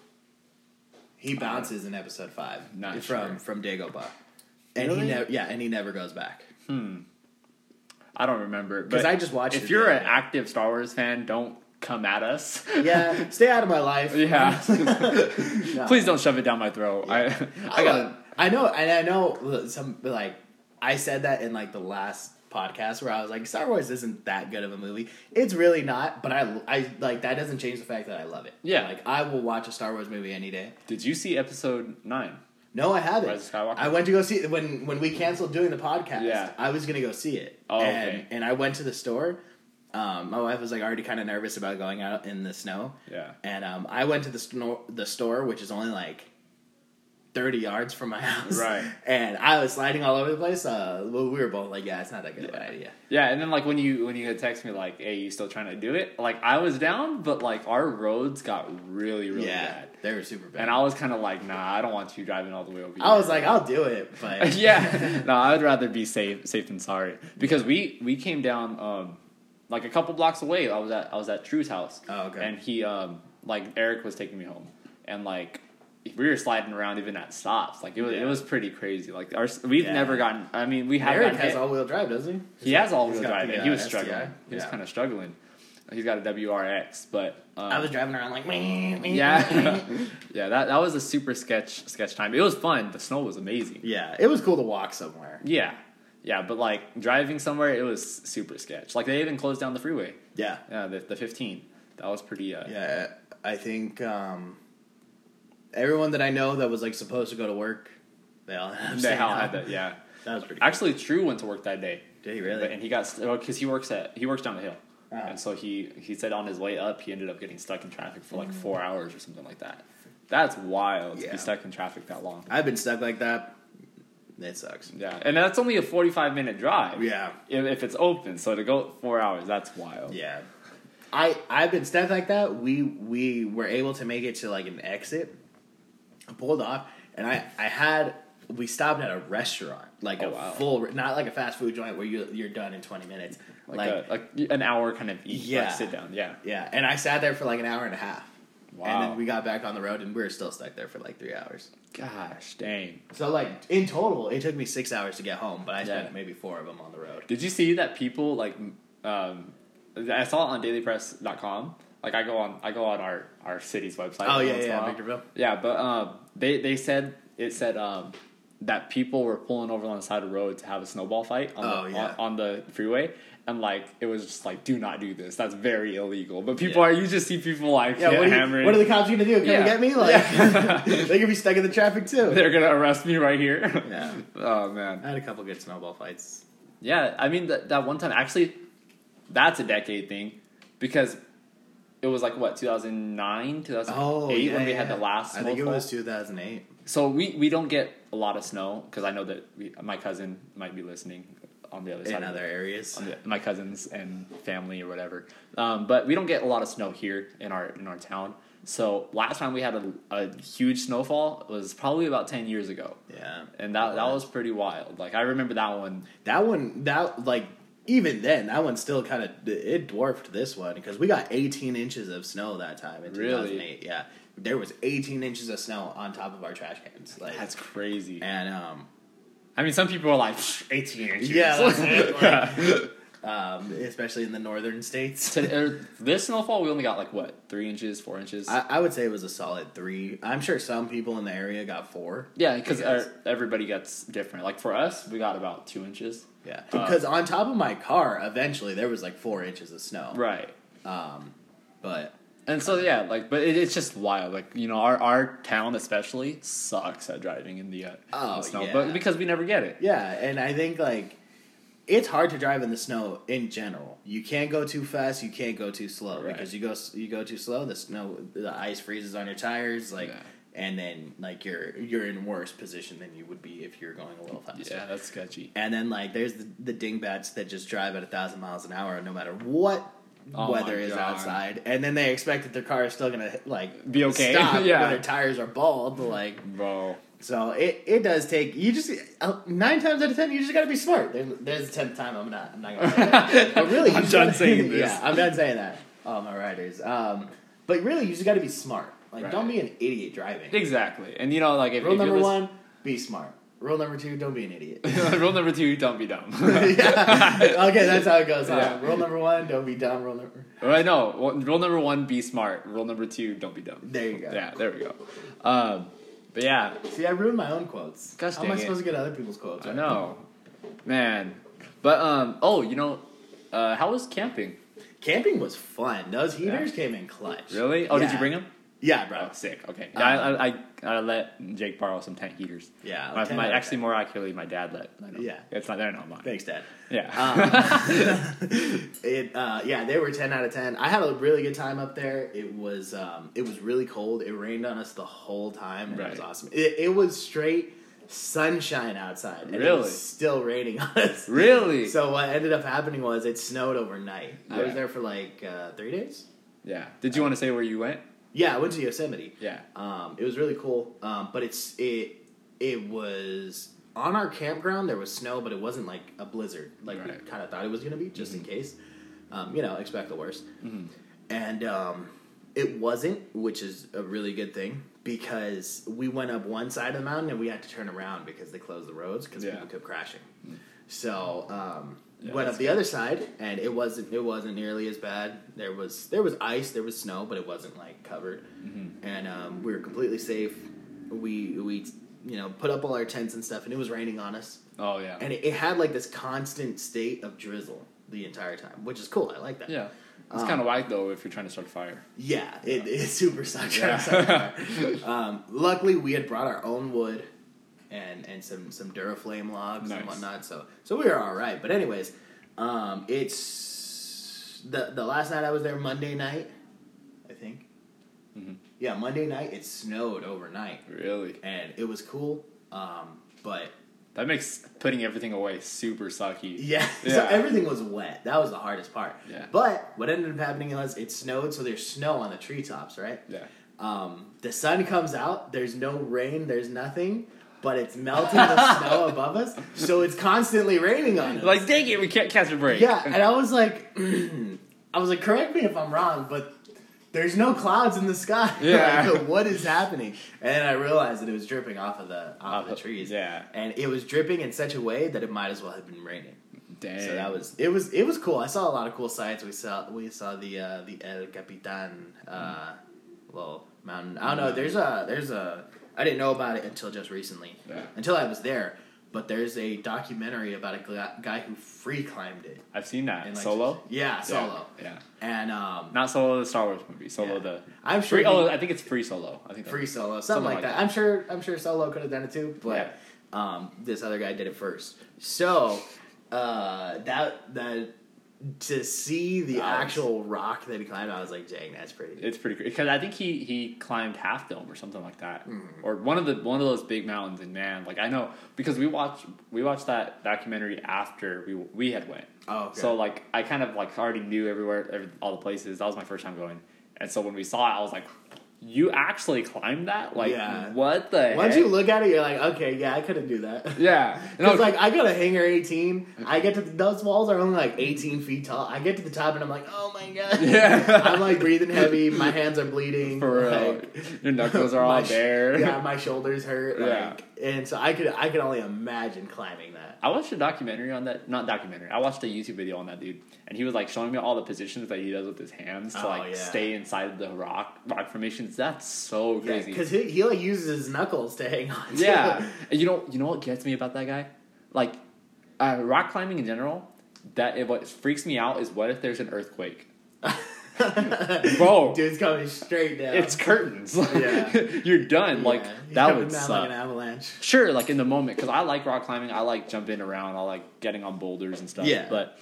B: He bounces in episode five
A: Uh-huh. Not
B: from
A: sure.
B: from Dagobah, and he
A: Really?
B: never yeah, and he never goes back.
A: I don't remember
B: 'Cause
A: but
B: I just watched
A: If
B: it the
A: you're
B: other
A: an
B: day.
A: active Star Wars fan, don't come at us.
B: Yeah, stay out of my life.
A: yeah.
B: No.
A: Please don't shove it down my throat. I I got
B: I know, and I know some like I said that in like the last podcast where I was like, Star Wars isn't that good of a movie. It's really not, but I, I like that doesn't change the fact that I love it.
A: Yeah.
B: like I will watch a Star Wars movie any day.
A: Did you see episode nine?
B: No, I haven't.
A: Rise of Skywalker?
B: I went to go see when when we canceled doing the podcast.
A: Yeah.
B: I was gonna go see it.
A: Oh,
B: and,
A: okay.
B: and I went to the store. Um, my wife was like already kind of nervous about going out in the snow.
A: Yeah.
B: And um, I went to the sno- the store, which is only like thirty yards from my house.
A: Right.
B: And I was sliding all over the place. Uh, well, we were both like, "Yeah, it's not that good of an idea."
A: Yeah, and then like when you when you had text me like, "Hey, you still trying to do it?" Like I was down, but like our roads got really really
B: yeah,
A: bad,
B: they were super bad.
A: and I was kind of like, "Nah, I don't want you driving all the way over."
B: I was like, "I'll do it," but
A: yeah. No, I would rather be safe safe than sorry because we we came down um like a couple blocks away. I was at I was at Drew's house.
B: Oh, okay.
A: And he um like Eric was taking me home, and like we were sliding around even at stops. Like it was
B: Yeah.
A: it was pretty crazy. Like our we've
B: Yeah.
A: never gotten. I mean, we have
B: Eric
A: gotten
B: has
A: hit.
B: all wheel drive, doesn't he?
A: he has all wheel
B: got
A: drive,
B: the,
A: and he
B: uh,
A: was
B: STI.
A: struggling. He was
B: Yeah.
A: kind of struggling. He's got a WRX, but um,
B: I was driving around like,
A: yeah, yeah. That that was a super sketch sketch time. It was fun. The snow was amazing.
B: yeah. It was cool to walk somewhere.
A: Yeah, yeah, but like driving somewhere, it was super sketch. Like they even closed down the freeway,
B: Yeah.
A: uh, the the fifteen. That was pretty. Uh,
B: Yeah, I think um, everyone that I know that was like supposed to go to work, they all have
A: They all had that. Yeah,
B: That was pretty.
A: actually, True went to work that day.
B: Did he really?
A: But- and he got because he works at he works down the hill,
B: Ah.
A: and so he he said on his way up he ended up getting stuck in traffic for like four hours or something like that. That's wild to
B: Mm. Yeah.
A: be stuck in traffic that long.
B: I've been stuck like that. It sucks.
A: Yeah, and that's only a forty-five minute drive.
B: Yeah.
A: if, if it's open. So to go four hours, that's wild.
B: Yeah. I I've been stuck like that. We we were able to make it to like an exit. I pulled off, and I I had we stopped at a restaurant, like
A: Oh,
B: a
A: wow.
B: full, re- not like a fast food joint where you you're done in twenty minutes.
A: Like, a, uh, like an hour kind of eat, yeah.
B: Yeah.
A: like sit down. Yeah.
B: Yeah, and I sat there for like an hour and a half. And
A: Wow.
B: then we got back on the road and we were still stuck there for like three hours.
A: Gosh dang.
B: So like in total, it took me six hours to get home, but I spent
A: Yeah.
B: maybe four of them on the road.
A: Did you see that people like um I saw it on dailypress.com. Like I go on I go on our our city's website.
B: Oh,
A: every
B: yeah,
A: once in a
B: yeah,
A: while.
B: Victorville.
A: Yeah, but um they they said it said um that people were pulling over on the side of the road to have a snowball fight on,
B: Oh,
A: the,
B: yeah.
A: on, on the freeway and like it was just like do not do this. That's very illegal. But people
B: Yeah.
A: are you just see people like
B: Yeah,
A: get
B: what, are
A: hammered.
B: you, what are the cops gonna do? Come
A: Yeah.
B: and get me? Like they could be stuck in the traffic too.
A: They're gonna arrest me right here.
B: Yeah,
A: oh man.
B: I had a couple good snowball fights.
A: Yeah, I mean that that one time actually, that's a decade thing, because it was like what 2009, 2008
B: Oh, yeah,
A: when we
B: yeah,
A: had the
B: yeah.
A: last.
B: I think it
A: snowfall.
B: was 2008.
A: So we we don't get a lot of snow because I know that we, my cousin might be listening on the other side.
B: In
A: of
B: other
A: the-
B: areas,
A: on the- my cousins and family or whatever. Um, but we don't get a lot of snow here in our in our town. So last time we had a, a huge snowfall was probably about ten years ago,
B: yeah,
A: and that
B: Oh,
A: that was pretty wild. Like I remember that one.
B: that one, that like even then, that one still kind of it dwarfed this one because we got 18 inches of snow that time in
A: Really?
B: 2008. Yeah, there was 18 inches of snow on top of our trash cans. Like,
A: That's crazy.
B: and um,
A: I mean, some people are like "Psh, eighteen inches.
B: Yeah, that's it,
A: Yeah.
B: um, especially in the northern states.
A: To- er, this snowfall, we only got like what three inches, four inches.
B: I, I would say it was a solid three. I'm sure some people in the area got four.
A: yeah, because
B: Yes.
A: everybody gets different. Like for us, we got about two inches.
B: Yeah,
A: Uh.
B: because on top of my car, eventually there was like four inches of snow.
A: Right.
B: But
A: And so yeah, like, but it, it's just wild. Like you know, our our town especially sucks at driving in the, uh, in the
B: Oh,
A: snow,
B: yeah.
A: but because we never get it.
B: yeah, and I think like it's hard to drive in the snow in general. You can't go too fast. You can't go too slow
A: Right.
B: because you go you go too slow, the snow, the ice freezes on your tires, like,
A: Yeah.
B: and then like you're you're in worse position than you would be if you're going a little faster.
A: Yeah, that's sketchy.
B: And then like there's the, the dingbats that just drive at a thousand miles an hour no matter what
A: Oh my
B: weather is
A: God.
B: outside, and then they expect that their car is still gonna like
A: Be okay.
B: Stop
A: Yeah.
B: when their tires are bald, like.
A: Bro.
B: So it, it does take you just uh, nine times out of ten you just gotta be smart. There, there's a tenth time I'm not I'm not gonna say that. but really you
A: I'm
B: just
A: done
B: gotta-
A: saying this.
B: Yeah, I'm done saying that. Oh my riders. Um, but really you just gotta be smart. Like
A: Right.
B: don't be an idiot driving.
A: Exactly. And you know, like if,
B: Rule
A: if
B: number
A: you're
B: one, be smart. Rule number two, don't be an idiot.
A: listening- rule number two, don't be dumb.
B: Yeah. Okay, that's how it goes. All
A: Yeah.
B: right. Rule number one, don't be dumb. Rule number
A: Right? No. Well, Rule number one, be smart. Rule number two, don't be dumb.
B: there you go.
A: Yeah, there we go. Um, but yeah,
B: See, I ruined my own quotes.
A: Gosh
B: how am I
A: dang it.
B: supposed to get other people's quotes?
A: I
B: right?
A: know, man. But um, oh, you know, uh, how was camping?
B: Camping was fun. Those heaters came in clutch.
A: Really? Oh, did
B: Yeah. Um,
A: you bring them?
B: Yeah, bro.
A: Oh, sick. Okay. Yeah, I, I, I I let Jake borrow some tent heaters.
B: Yeah,
A: My,
B: tent
A: my-
B: heater.
A: actually, more accurately, my dad let. mine up.
B: Yeah.
A: It's not. They're not mine.
B: Thanks, Dad.
A: yeah.
B: Um, it uh, yeah, they were ten out of ten. I had a really good time up there. It was um, it was really cold. It rained on us the whole time. And It was
A: Right.
B: awesome. It, it was straight sunshine outside. And It
A: Really?
B: was still raining on us.
A: really?
B: So what ended up happening was it snowed overnight. I was
A: Yeah.
B: there for like uh, three days.
A: yeah. Did you want to say where you went?
B: Yeah, I went to Yosemite.
A: Yeah.
B: Um, it was really cool. Um, but it's it it was on our campground. There was snow, but it wasn't like a blizzard, like we
A: Right. Mm-hmm.
B: kind of thought it was gonna be, just in case. Um, you know, expect the worst. And um, it wasn't, which is a really good thing because we went up one side of the mountain and we had to turn around because they closed the roads because
A: Yeah.
B: people kept crashing. So um,
A: Yeah,
B: went
A: that's
B: up the other side, and it wasn't it wasn't nearly as bad. There was there was ice, there was snow, but it wasn't like covered,
A: Mm-hmm.
B: and um, we were completely safe. We we you know put up all our tents and stuff, and it was raining on us,
A: Oh yeah.
B: and it, it had like this constant state of drizzle the entire time, which is cool. I like that.
A: yeah.
B: um,
A: It's kind of whack though if you're trying to start a fire.
B: Yeah, it, it super sucked.
A: Yeah.
B: um, luckily, we had brought our own wood and and some some Duraflame logs and
A: Nice.
B: whatnot, so so we were all right. But anyways, um, it's the the last night I was there, Monday night, I think.
A: Mm-hmm.
B: Yeah, Monday night it snowed overnight,
A: Really?
B: and it was cool. Um, but
A: That makes putting everything away super sucky.
B: yeah, so
A: Yeah.
B: everything was wet. That was the hardest part.
A: Yeah.
B: But what ended up happening was it snowed, so there's snow on the treetops, right?
A: Yeah.
B: Um, the sun comes out. There's no rain. There's nothing, but it's melting the snow above us, so it's constantly raining on us.
A: Like, dang it, we can't catch a break.
B: yeah, and I was like, I was like, correct me if I'm wrong, but there's no clouds in the sky.
A: Yeah.
B: Like, what is happening? And then I realized that it was dripping off of the off of the trees.
A: Yeah.
B: and it was dripping in such a way that it might as well have been raining.
A: Dang.
B: So that was it was it was cool. I saw a lot of cool sights. We saw we saw the uh, the El Capitan uh, little mountain. I don't know. There's a there's a I didn't know about it until just recently.
A: Yeah.
B: Until I was there, but there's a documentary about a gl- guy who free climbed it.
A: I've seen that.
B: And, like,
A: solo?
B: Yeah, solo.
A: Yeah. yeah.
B: And um,
A: Not solo the Star Wars movie. Solo
B: Yeah.
A: the
B: I'm sure
A: free.
B: he-
A: Oh, I think it's free solo. I think that-
B: free solo,
A: Something
B: something, like
A: like
B: that.
A: that.
B: I'm sure I'm sure solo could have done it too, but um, this other guy did it first. So uh, that that to see the
A: Nice.
B: actual rock that he climbed, I was like, dang, that's pretty.
A: It's pretty because I think he he climbed Half Dome or something like that,
B: Mm.
A: or one of the one of those big mountains. And man, like I know because we watched we watched that documentary after we we had went.
B: Oh, okay.
A: so like I kind of like already knew everywhere every, all the places. That was my first time going, and so when we saw it, I was like, "You actually climbed that? Like
B: Yeah.
A: what the?
B: Once
A: heck?
B: you look at it, you're like, okay, yeah, I could have do that.
A: yeah, and I
B: Because
A: was
B: like I got a hanger eighteen, I get to the, those walls are only like eighteen feet tall. I get to the top and I'm like, oh my god,
A: Yeah.
B: I'm like breathing heavy, my hands are bleeding.
A: for real,
B: like,
A: your knuckles are
B: my
A: all
B: sh-
A: bare.
B: Yeah, my shoulders hurt.
A: Yeah.
B: Like, and so I could I could only imagine climbing that.
A: I watched a documentary on that, not documentary. I watched a YouTube video on that dude, and he was like showing me all the positions that he does with his hands to
B: Oh,
A: like
B: yeah.
A: stay inside the rock rock formations. That's so crazy.
B: because he, he like uses his knuckles to hang on. to.
A: Yeah. and you know, you know what gets me about that guy? Like, uh, rock climbing in general. That it, what freaks me out is what if there's an earthquake? Bro.
B: Dude's coming straight down.
A: It's curtains.
B: Yeah.
A: You're done.
B: Yeah,
A: Like
B: he's
A: that
B: coming
A: would
B: down
A: suck.
B: like an avalanche.
A: sure, like in the moment, because I like rock climbing. I like jumping around. I like getting on boulders and stuff.
B: Yeah.
A: But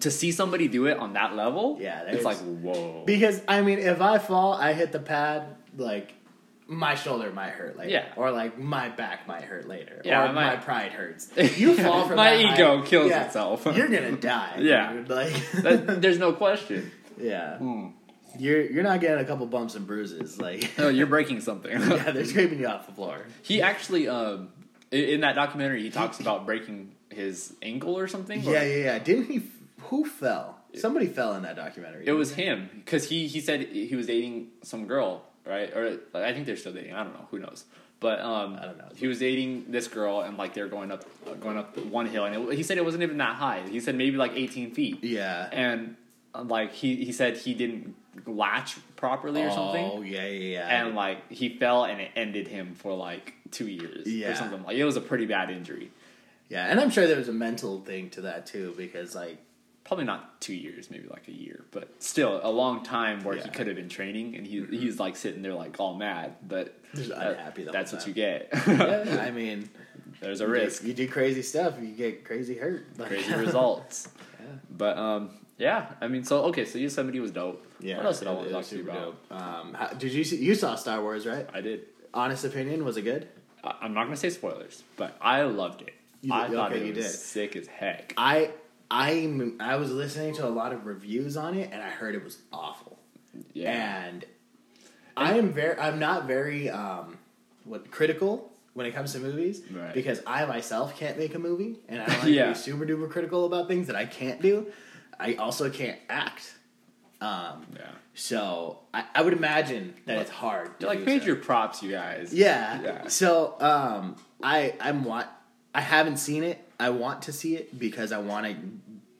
A: to see somebody do it on that level,
B: Yeah,
A: it's
B: there's-
A: like whoa.
B: Because I mean, if I fall, I hit the pad, like my shoulder might hurt later,
A: Yeah.
B: or like my back might hurt later,
A: Yeah,
B: or
A: I might-
B: my pride hurts. You fall from
A: My
B: that
A: ego
B: height,
A: kills
B: yeah,
A: itself.
B: You're gonna die.
A: Yeah.
B: dude. like
A: That- there's no question.
B: yeah, you're you're not getting a couple bumps and bruises. Like
A: No, Oh, you're breaking something.
B: yeah, they're scraping you off the floor.
A: He actually, um, i- in that documentary, he talks about breaking his ankle or something. or-
B: Yeah, yeah, yeah. Didn't he? Who fell? Somebody fell in that documentary.
A: It was him because he he said he was dating some girl, right? Or like, I think they're still dating. I don't know. Who knows? But um,
B: I don't know.
A: He was dating this girl, and like they're going up going up one hill, and it, he said it wasn't even that high. He said maybe like eighteen feet,
B: Yeah.
A: and uh, like he he said he didn't latch properly or
B: Oh
A: something.
B: yeah, yeah, yeah.
A: And like he fell and it ended him for like two years or
B: Yeah.
A: something like it was a pretty bad injury.
B: yeah, and I'm sure there was a mental thing to that too, because like
A: probably not two years, maybe like a year, but still a long time where he
B: Yeah. Mm-hmm.
A: could have been training, and he he's like sitting there like all mad, but
B: Just
A: that-
B: unhappy the
A: that's
B: whole
A: what you get.
B: yeah, I mean,
A: There's a risk,
B: You do crazy stuff, you get crazy hurt. Like-
A: crazy results.
B: Yeah.
A: But um, yeah, I mean, so okay, so Yosemite was dope.
B: Yeah,
A: what else did I
B: it-
A: want to
B: it
A: talk
B: was
A: to you
B: super
A: about?
B: dope. Um, how, did you see, you saw Star Wars right?
A: I did.
B: Honest opinion, was it good?
A: I, I'm not gonna say spoilers, but I loved it.
B: You
A: I
B: did-
A: thought
B: okay,
A: it
B: you
A: was
B: did.
A: sick as heck.
B: I I I was listening to a lot of reviews on it, and I heard it was awful.
A: Yeah,
B: And I am very I'm not very um, what critical when it comes to movies
A: Right.
B: because I myself can't make a movie, and I don't like to
A: Yeah.
B: be super duper critical about things that I can't do. I also can't act. Um,
A: yeah.
B: So I, I would imagine that it's hard. To
A: Like
B: do
A: major
B: so.
A: props, you guys.
B: Yeah.
A: Yeah.
B: So um, I I'm want I haven't seen it. I want to see it because I want to.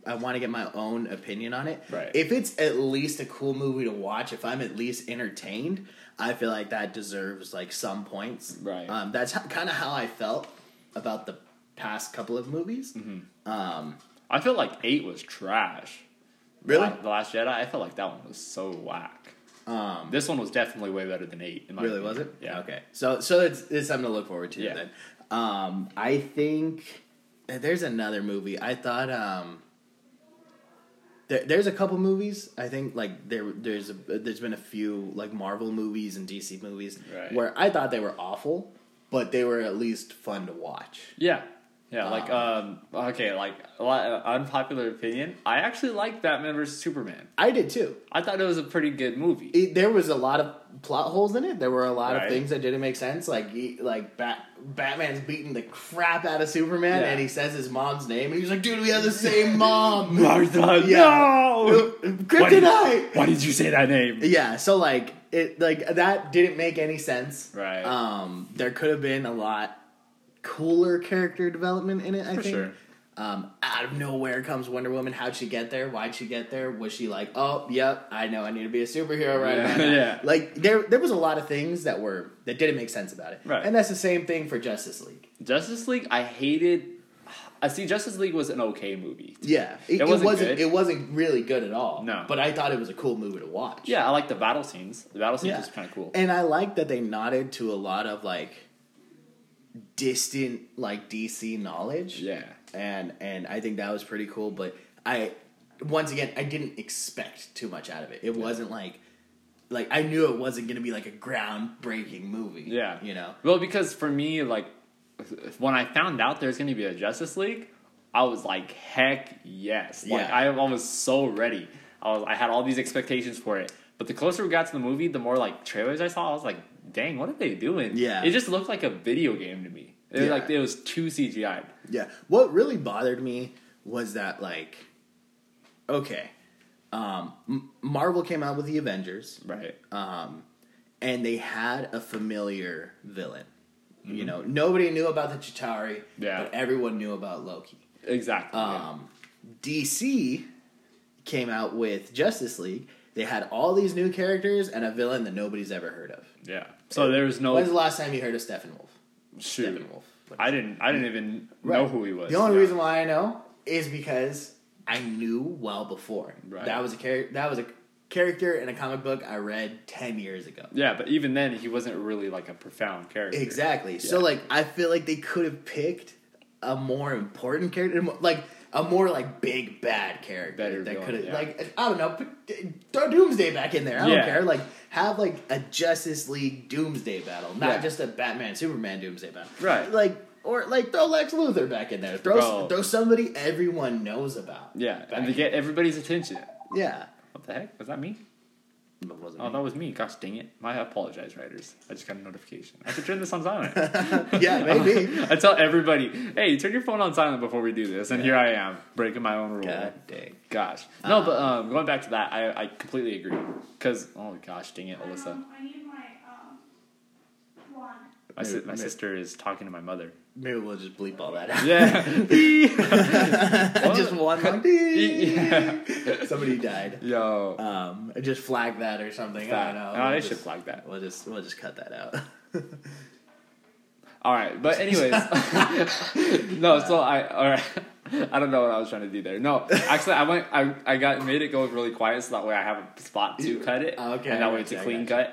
B: I want to get my own opinion on it.
A: Right.
B: If it's at least a cool movie to watch, if I'm at least entertained, I feel like that deserves like some points.
A: Right.
B: Um, that's kind of how I felt about the past couple of movies.
A: Mm-hmm.
B: Um,
A: I feel like eight was trash.
B: really?
A: The Last Jedi, I felt like that one was so whack.
B: Um,
A: This one was definitely way better than eight. In my
B: Really was
A: opinion.
B: it?
A: Yeah.
B: Okay. So so it's, it's something to look forward to
A: Yeah.
B: then. Um, I think there's another movie. I thought um, there, there's a couple movies. I think like there there's a, there's been a few like Marvel movies and DC movies
A: Right.
B: where I thought they were awful, but they were at least fun to watch.
A: Yeah. Yeah. Like um. Okay. Like a lot, uh, unpopular opinion. I actually liked Batman vs Superman.
B: I did too.
A: I thought it was a pretty good movie.
B: it, there was a lot of plot holes in it. There were a lot
A: Right.
B: of things that didn't make sense. Like he, like Bat, Batman's beating the crap out of Superman,
A: Yeah.
B: and he says his mom's name, and he's like, "Dude, we have the same mom."
A: Martha,
B: uh, Yeah.
A: no. Why did-
B: Kryptonite.
A: Why did you say that name?
B: Yeah, so like it like that didn't make any sense.
A: Right.
B: Um, there could have been a lot cooler character development in it. I
A: For
B: think.
A: sure.
B: Um, out of nowhere comes Wonder Woman. How'd she get there? Why'd she get there? Was she like, oh, yep, I know I need to be a superhero right
A: Yeah.
B: now?
A: Yeah.
B: Like there, there was a lot of things that were that didn't make sense about it.
A: Right.
B: And that's the same thing for Justice League.
A: Justice League. I hated. I see. Justice League was an okay movie.
B: Yeah, it,
A: It wasn't
B: not
A: good.
B: it wasn't really good at all.
A: No.
B: but I thought it was a cool movie to watch.
A: Yeah, I liked the battle scenes. The battle scenes
B: Yeah.
A: was kind of cool.
B: And I like that they nodded to a lot of like distant like DC knowledge.
A: yeah.
B: And and I think that was pretty cool, but I once again I didn't expect too much out of it. It wasn't like like I knew it wasn't going to be like a groundbreaking movie.
A: Yeah.
B: You know.
A: Well, because for me, like, when I found out there's going to be a Justice League, I was like, heck yes. Like,
B: Yeah.
A: I, I was so ready. I, was, I had all these expectations for it. But the closer we got to the movie, the more, like, trailers I saw, I was like, dang, what are they doing?
B: Yeah.
A: It just looked like a video game to me. It was
B: Yeah.
A: like, it was too CGI.
B: Yeah. What really bothered me was that like okay, um M- Marvel came out with the Avengers.
A: Right.
B: um, and they had a familiar villain. You know, nobody knew about the Chitauri,
A: Mm-hmm. Yeah.
B: but everyone knew about Loki.
A: Exactly.
B: Um, DC came out with Justice League. They had all these new characters and a villain that nobody's ever heard of.
A: yeah. Yeah. So there was
B: When's the
A: no.
B: last time you heard of Steppenwolf?
A: Shoot.
B: Steppenwolf.
A: Oh. I didn't, I didn't even know who he was.
B: The only
A: Yeah.
B: reason why I know is because I knew well before.
A: Right.
B: That was a character. That was a character in a comic book I read ten years ago.
A: Yeah, but even then, he wasn't really like a profound character.
B: Exactly. So
A: Yeah.
B: like I feel like they could have picked a more important character, like a more like big bad character
A: Better
B: that
A: villain,
B: could have
A: yeah.
B: like I don't know, put- throw Doomsday back in there. I
A: Yeah.
B: don't care. Like have like a Justice League Doomsday battle, not
A: Yeah.
B: just a Batman Superman Doomsday battle.
A: Right.
B: Like or like throw Lex Luthor back in there. Throw
A: Bro.
B: throw somebody everyone knows about.
A: Yeah,
B: back
A: and to
B: in-
A: get everybody's attention.
B: yeah.
A: What the heck? Was that me?
B: But wasn't
A: Oh,
B: me.
A: that was me. Gosh dang it. My I apologize, writers. I just got a notification. I should turn this on silent.
B: yeah, maybe.
A: I tell everybody, hey, turn your phone on silent before we do this. And here I am, breaking my own rule.
B: God Uh-huh. dang.
A: Gosh. No, but um, going back to that, I, I completely agree. Because, oh, gosh dang it, Alyssa.
C: I need my um, wand.
A: My, si-
B: Maybe-
A: my
B: maybe-
A: sister is talking to my mother.
B: Maybe we'll just bleep all that out.
A: Yeah.
B: just one like
A: yeah.
B: somebody died.
A: Yo.
B: Um, just flag that or something. I don't know.
A: No,
B: We'll
A: they
B: just-
A: should flag that.
B: We'll just we'll just cut that out.
A: All right, but anyways, no. So I all right. I don't know what I was trying to do there. No, actually, I went. I I got made it go really quiet, so that way I have a spot to cut it.
B: Oh, Okay,
A: and
B: I
A: that way
B: got
A: it's
B: you,
A: a
B: I
A: clean
B: got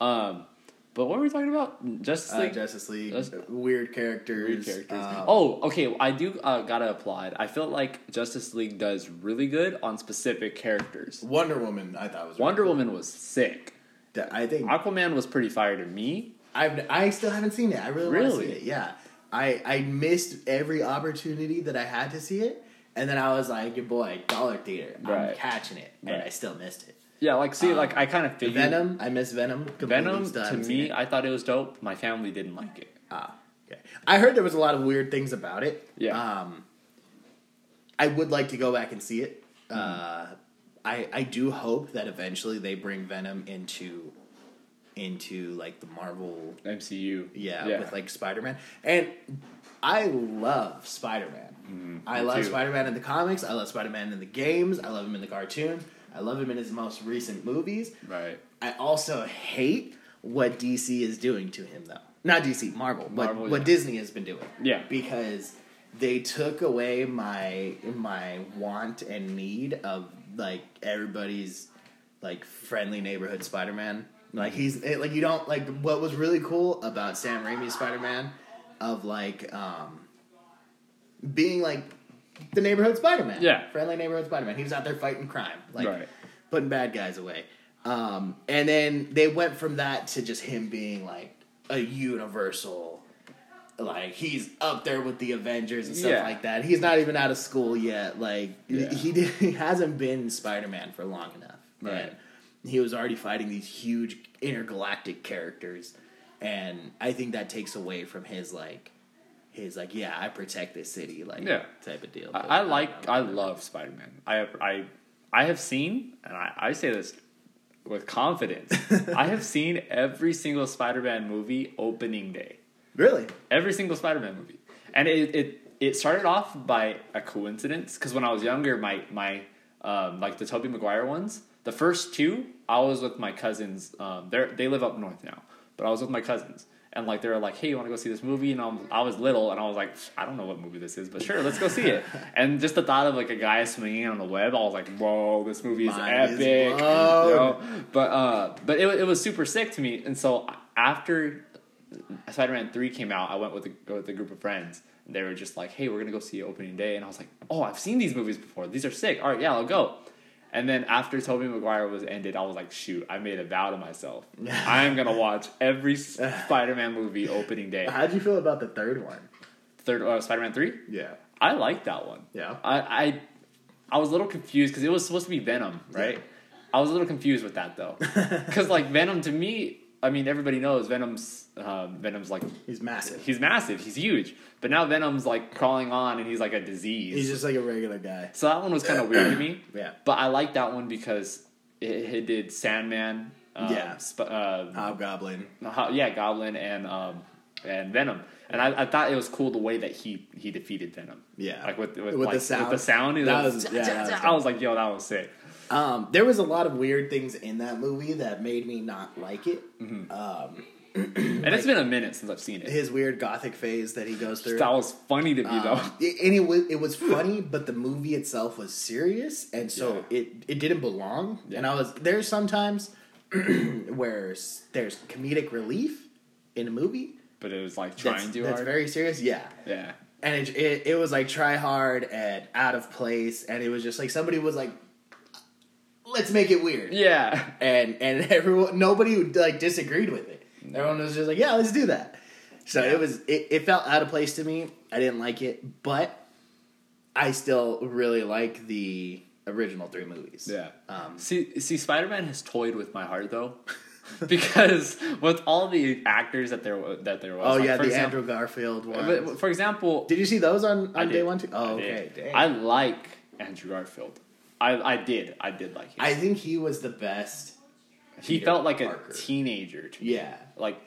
A: cut. Um, but what were we talking about? Justice
B: uh,
A: League.
B: Justice League,
A: That's-
B: weird characters.
A: Weird characters.
B: um,
A: oh, okay. I do uh, gotta applaud. I felt like Justice League does really good on specific characters.
B: Wonder Woman. I thought was
A: Wonder Woman was sick.
B: Woman. I think
A: Aquaman was pretty fire to me.
B: I've I still haven't seen it. I really, want
A: Really?
B: to see it. Yeah, I I missed every opportunity that I had to see it, and then I was like, "Your boy, dollar theater. I'm
A: Right.
B: catching it," and
A: Right.
B: I still missed it.
A: Yeah, like see, like I kind of figured
B: Uh, Venom. I missed Venom. completely,
A: Venom
B: still
A: to
B: haven't seen
A: me,
B: it.
A: I thought it was dope. My family didn't like it.
B: Ah, okay. I heard there was a lot of weird things about it.
A: Yeah.
B: Um, I would like to go back and see it. Uh, I I do hope that eventually they bring Venom into into like the Marvel
A: MCU.
B: yeah, with like Spider Man. And I love Spider Man. I love
A: Mm-hmm. too.
B: Spider Man in the comics. I love Spider Man in the games. I love him in the cartoons. I love him in his most recent movies.
A: right.
B: I also hate what DC is doing to him, though. Not DC, Marvel, but
A: Marvel,
B: what
A: yeah.
B: Disney has been doing.
A: Yeah.
B: because they took away my my want and need of like everybody's like friendly neighborhood Spider Man. Like
A: Mm-hmm.
B: he's it, like you don't like what was really cool about Sam Raimi's Spider Man of like um being like the neighborhood Spider Man.
A: Yeah.
B: friendly neighborhood Spider Man. He was out there fighting crime. Like
A: Right.
B: putting bad guys away. Um, and then they went from that to just him being like a universal, like he's up there with the Avengers and stuff
A: Yeah.
B: like that. He's not even out of school yet. Like
A: Yeah.
B: he did, he hasn't been Spider Man for long enough.
A: Right.
B: And he was already fighting these huge intergalactic characters, and I think that takes away from his like. His like, yeah, I protect this city, like
A: Yeah.
B: type of deal. But um,
A: I, I
B: don't
A: like
B: know.
A: I love Spider Man. I I I have seen and I, I say this with confidence. I have seen every single Spider Man movie opening day.
B: really
A: Every single Spider Man movie. And it, it it started off by a coincidence because when I was younger, my my um, like the Tobey Maguire ones, the first two, I was with my cousins. Um, they they live up north now, but I was with my cousins. And like they were like, "Hey, you want to go see this movie?" And I'm, I was little, and I was like, "I don't know what movie this is, but sure, let's go see it." and just the thought of like a guy swinging on the web, I was like, "Whoa, this movie is
B: Mind is
A: epic!" you
B: blown.
A: know? But uh, but it wa- it was super sick to me. And so after Spider Man Three came out, I went with a, with a group of friends. They were just like, "Hey, we're gonna go see opening day," and I was like, "Oh, I've seen these movies before. These are sick. All right, yeah, I'll go." And then after Tobey Maguire was ended, I was like, "Shoot, I made a vow to myself. I am gonna watch every Spider Man movie opening day."
B: How'd you feel about the third one?
A: Third uh, Spider Man Three,
B: Yeah.
A: I liked that one.
B: Yeah.
A: I I, I was a little confused because it was supposed to be Venom, right?
B: Yeah.
A: I was a little confused with that though, because like Venom to me, I mean everybody knows Venom's um, Venom's like
B: He's massive.
A: He's massive. He's huge. But now Venom's like crawling on, and he's like a disease.
B: He's just like a regular guy.
A: so that one was kind of weird to me.
B: Yeah.
A: But I like that one because it, it did Sandman. Um,
B: Yeah.
A: Sp- uh,
B: Hobgoblin.
A: Ho- yeah, Goblin and um and Venom. And I, I thought it was cool the way that he he defeated Venom.
B: Yeah.
A: Like with with,
B: With the
A: like,
B: sound.
A: With the sound. it
B: That
A: was-
B: was- yeah, that was
A: I was like, yo, that was sick. Mm-hmm.
B: Um, there was a lot of weird things in that movie that made me not like it.
A: and it's been a minute since I've seen it.
B: his weird gothic phase that he goes through.
A: That was funny to me
B: Um,
A: though.
B: it- and it was it was funny, but the movie itself was serious, and so it it didn't belong. And I was there's sometimes where s- there's comedic relief in a movie
A: But it was like
B: that's,
A: trying too
B: that's
A: hard.
B: very serious. Yeah,
A: yeah.
B: and it, it it was like try hard and out of place, and it was just like somebody was like, let's make it weird
A: Yeah.
B: and and everyone nobody like disagreed with it. Everyone was just like, yeah, let's do that. So it was it, it felt out of place to me. I didn't like it, but I still really like the original three movies.
A: Yeah.
B: Um,
A: see, see, Spider Man has toyed with my heart though, because with all the actors that there wa- that there was.
B: Oh
A: like,
B: yeah,
A: for
B: the
A: example,
B: Andrew Garfield one.
A: but- For example,
B: did you see those on,
A: I
B: on day
A: did.
B: one too?
A: I
B: Oh
A: did.
B: okay, dang.
A: I
B: I,
A: like Andrew Garfield. I I did I did like him.
B: think he was the best.
A: he
B: Peter
A: felt like
B: Parker.
A: a teenager. To me.
B: Yeah,
A: Like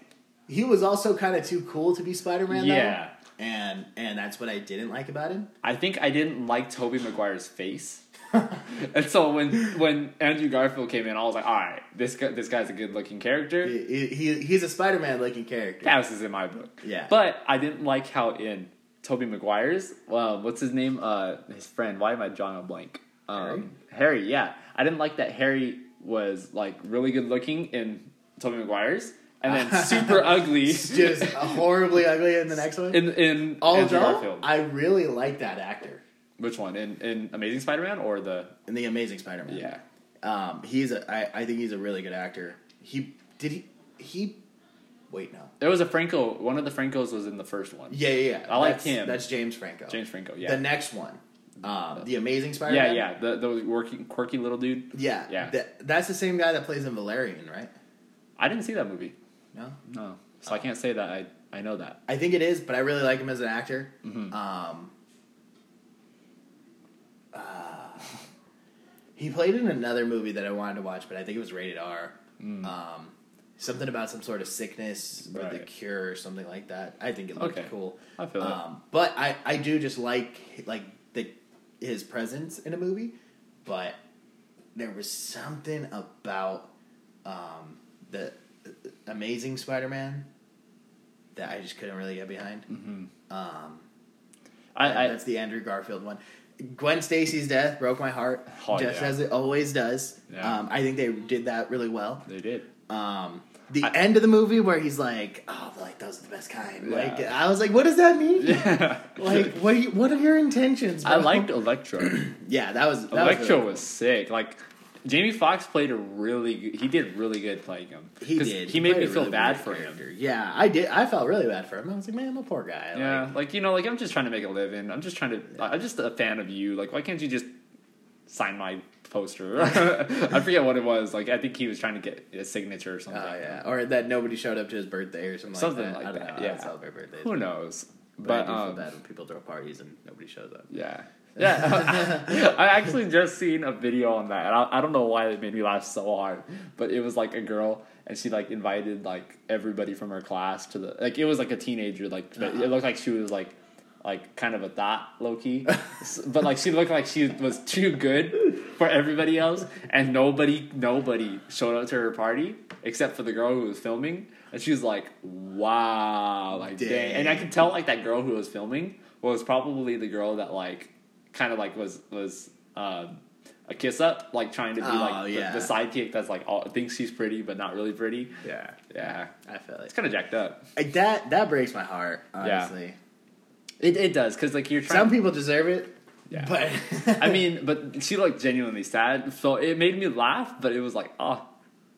B: he was also kind of too cool to be Spider Man.
A: yeah,
B: and and that's what I didn't like about him.
A: I think I didn't like Toby Maguire's face. and so when when Andrew Garfield came in, I was like, all right, this guy this guy's a good looking character.
B: He, he- he's a Spider Man looking character.
A: passes in my book.
B: Yeah.
A: But I didn't like how in Toby Maguire's, well, what's his name? Uh, his friend. Why am I drawing a blank? Um, Harry? Yeah. I didn't like that Harry was like really good looking in Toby Maguire's, and then super ugly
B: just horribly ugly in the next one.
A: in in Andrew
B: Although
A: Garfield.
B: I really like that actor
A: Which one? In in Amazing Spider-Man or the
B: in the Amazing Spider-Man.
A: yeah?
B: um, he's a. I, I think he's a really good actor. He did he he. Wait no.
A: There was a Franco. One of the Francos was in the first one.
B: Yeah, yeah, yeah.
A: I like
B: that's,
A: him.
B: That's James Franco.
A: James Franco.
B: The
A: Yeah. Uh,
B: next one, um, the Amazing Spider-Man.
A: yeah, yeah. The the working quirky little dude.
B: yeah,
A: Yeah.
B: That, that's the same guy that plays in Valerian, right?
A: I didn't see that movie.
B: No,
A: No, so I
B: Oh.
A: can't say that I I know that.
B: I think it is, but I really like him as an actor.
A: Mm-hmm.
B: Um, uh, he played in another movie that I wanted to watch, but I think it was rated R. Um, something about some sort of sickness or the
A: Mm. Right.
B: cure or something like that. I think it looked
A: Okay.
B: cool.
A: I feel that.
B: um, But I, I do just like like the his presence in a movie, but there was something about um, the uh, Amazing Spider-Man that I just couldn't really get behind. Um,
A: Mm-hmm. I, I
B: that's the Andrew Garfield one. Gwen Stacy's death broke my heart,
A: Oh,
B: just
A: yeah.
B: as it always does.
A: Yeah.
B: Um, I think they did that really well.
A: they did.
B: Um, the
A: I-
B: end of the movie where he's like, "Oh, like those are the best kind."
A: Yeah.
B: Like I was like, "What does that mean?
A: Yeah.
B: Like what? Are you, what are your intentions?"
A: I
B: bro?
A: liked Electro.
B: Yeah, that was that
A: Electro
B: Was really-
A: was sick. Like Jamie Foxx played a really good, he did really good playing him.
B: he
A: 'Cause
B: did.
A: He made me
B: played a
A: feel
B: really
A: bad
B: weird
A: for him.
B: character. Yeah, I did. I felt really bad for him. I was like, "Man, I'm a poor guy."
A: Yeah,
B: Like,
A: like, you know, like I'm just trying to make a living. I'm just trying to. I- I'm just a fan of you. Like, why can't you just sign my poster? I forget what it was. Like, I think he was trying to get a signature or something.
B: Oh yeah, or that nobody showed up to his birthday or something.
A: Something
B: like that.
A: like
B: I don't
A: that,
B: Know. I
A: yeah.
B: don't celebrate birthdays.
A: Who knows?
B: But,
A: But,
B: I do feel
A: um,
B: bad when people throw parties and nobody shows up.
A: Yeah. Yeah. I actually just seen a video on that. And I, I don't know why it made me laugh so hard, but it was like a girl and she like invited like everybody from her class to the like it was like a teenager like but it looked like she was like like kind of a thought low key, S- but like she looked like she was too good for everybody else, and nobody nobody showed up to her party except for the girl who was filming, and she was like, "Wow, like dang. And I could tell like that girl who was filming was probably the girl that like kind of like was was um, a kiss up, like trying to be
B: Oh,
A: like the-
B: yeah.
A: the, sidekick that's like all, thinks she's pretty but not really pretty.
B: Yeah,
A: Yeah,
B: I feel
A: it's kind of jacked up.
B: like that. That breaks my heart.
A: Yeah.
B: Honestly,
A: It it does because like you're trying.
B: some people deserve it,
A: Yeah.
B: but
A: I mean, but she looked genuinely sad, so it made me laugh. But it was like, oh,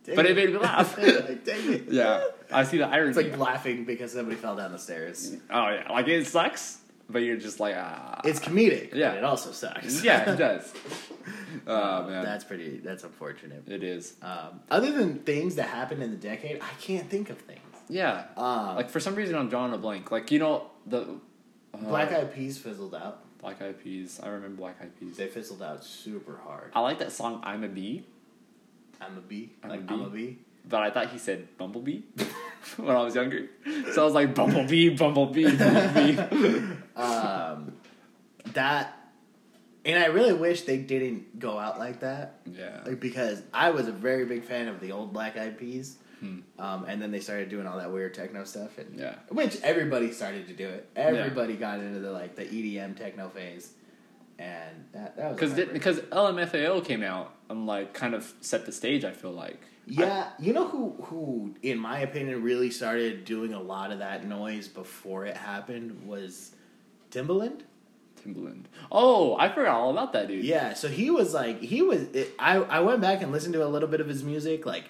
B: Dang
A: but it made me laugh.
B: Like, dang it.
A: yeah, I see the irony.
B: It's like laughing because somebody fell down the stairs.
A: oh yeah, like it sucks, but you're just like, ah,
B: It's comedic,
A: Yeah.
B: but it also sucks.
A: yeah, it does. Oh man,
B: that's pretty. That's unfortunate.
A: it is.
B: Um, other than things that happened in the decade, I can't think of things.
A: Yeah,
B: Um,
A: like for some reason I'm drawing a blank. Like you know the uh,
B: Black Eyed Peas fizzled out.
A: Black Eyed Peas. I remember Black Eyed Peas.
B: They fizzled out super hard.
A: I like that song "I'm a Bee,"
B: I'm a bee.
A: I'm a
B: like
A: bee.
B: I'm a bee.
A: but I thought he said "Bumblebee" when I was younger. So I was like, "Bumblebee, Bumblebee, Bumblebee."
B: um, that and i really wish they didn't go out like that
A: yeah.
B: like, because i was a very big fan of the old black eyed peas Um, and then they started doing all that weird techno stuff, and
A: Hmm. Yeah.
B: which everybody started to do it. Everybody got into the like the EDM techno phase, and that that was
A: Because
B: my break.
A: because LMFAO came out and like kind of set the stage. I feel like
B: yeah, you know who who in my opinion really started doing a lot of that noise before it happened was Timbaland.
A: Timbaland. Oh, I forgot all about that dude.
B: Yeah, so he was like he was. It, I I went back and listened to a little bit of his music, like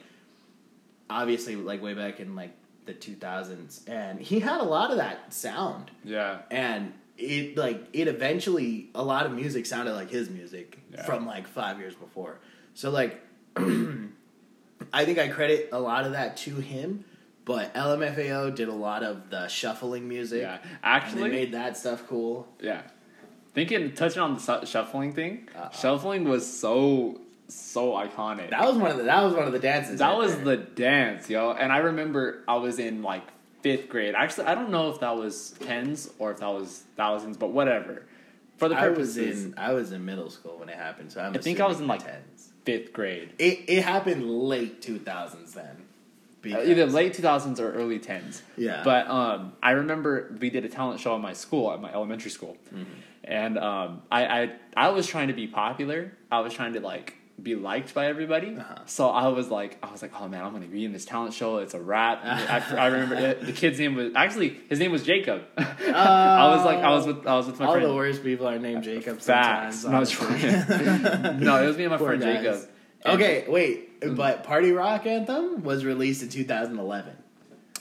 B: obviously like way back in like the two thousands, and he had a lot of that sound,
A: yeah,
B: and it like it eventually a lot of music sounded like his music
A: Yeah.
B: from like five years before. So like, I think I credit a lot of that to him, but LMFAO did a lot of the shuffling music.
A: yeah.
B: And they
A: Actually,
B: made that stuff cool.
A: Yeah. Thinking, touching on the su- shuffling thing,
B: Uh-uh.
A: shuffling was so, so iconic.
B: That was one of the that was one of the dances.
A: That
B: right
A: was
B: there.
A: the dance, yo. And I remember I was in like fifth grade. Actually, I don't know if that was tens or if that was thousands, but whatever. For the
B: I was
A: purposes,
B: in I was in middle school when it happened, so I'm
A: I think I was
B: assuming
A: in, like,
B: tens.
A: fifth grade.
B: It it happened late two thousands then.
A: Uh,
B: because-
A: Either late 2000s or early 10s.
B: Yeah.
A: But um, I remember we did a talent show at my school, at my elementary school.
B: Mm-hmm.
A: And um, I, I, I was trying to be popular. I was trying to like be liked by everybody.
B: Uh-huh.
A: So I was like, I was like, oh man, I'm going to be in this talent show. It's a rap. I, I remember it, the kid's name was actually, his name was Jacob. I was like, I was with, I was with my
B: all
A: friend.
B: the worst people are named Jacob.
A: Facts.
B: Sometimes,
A: No, it's
B: honestly.
A: no, it was me and my
B: Poor
A: friend
B: guys.
A: Jacob. And- Mm.
B: Okay, wait, but Party Rock Anthem was released in 2011.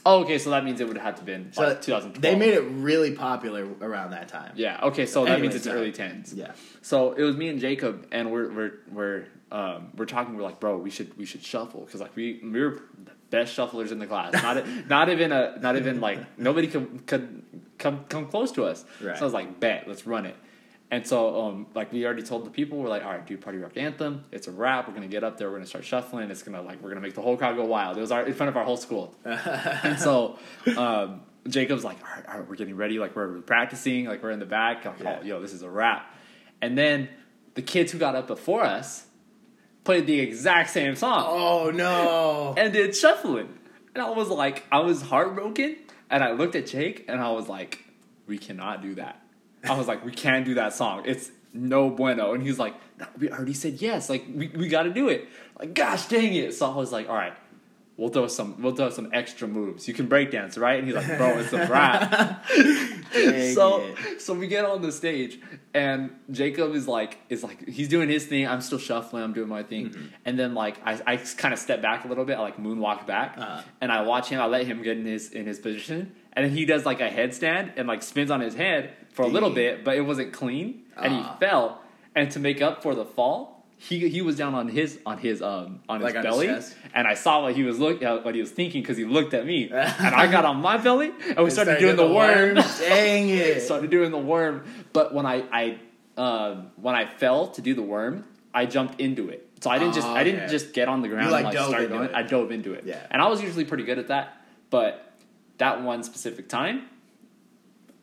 A: Oh, okay. So that means it would have to been
B: So
A: like 2012.
B: they made it really popular around that time.
A: Yeah. Okay. So that means
B: Anyways,
A: it's
B: yeah.
A: early tens.
B: Yeah.
A: So it was me and Jacob, and we're we're we're um, we're talking. We're like, bro, we should we should shuffle because like we we were the best shufflers in the class. Not e, not even a not even like nobody could could come come close to us.
B: Right.
A: So I was like, bet, let's run it. And so um, like we already told the people, we're like, all right, do party rock anthem. It's a wrap. We're gonna get up there. We're gonna start shuffling. It's gonna like we're gonna make the whole crowd go wild. It was our, in front of our whole school. And so um, Jacob's like, all right, all right, we're getting ready. Like, we're practicing. Like, we're in the back. Like,
B: Yeah.
A: oh, yo, this is a wrap. And then the kids who got up before us played the exact same song
B: Oh no.
A: and did shuffling. And I was like, I was heartbroken. And I looked at Jake and I was like, we cannot do that. I was like, we can't do that song. It's no bueno. And he's like, no, we already said yes. Like, we, we got to do it. Like, gosh dang it. So I was like, all right, we'll throw some, we'll throw some extra moves. You can breakdance, right? And he's like, bro, it's a rap
B: Dang
A: so
B: it.
A: so we get on the stage and Jacob is like is like he's doing his thing. I'm still shuffling. I'm doing my thing.
B: Mm-hmm.
A: And then like I, I kind of step back a little bit. I like moonwalk back
B: Uh-huh.
A: and I watch him. I let him get in his in his position and then he does like a headstand and like spins on his head for a little
B: Dang.
A: bit, but it wasn't clean and
B: Ah.
A: he fell. And to make up for the fall, he he was down on his on his um on his
B: Like on his
A: belly
B: chest?
A: and I saw what he was look uh, what he was thinking because he looked at me and I got on my belly and we started, doing the, worm.
B: Dang it.
A: started doing the worm. But when I I um, when I fell to do the worm, I jumped into it. So I didn't just I didn't
B: Okay.
A: just get on the ground
B: Oh, You, like,
A: and like
B: dove
A: start
B: into
A: going.
B: it.
A: I dove into it.
B: Yeah.
A: And I was usually pretty good at that, but that one specific time,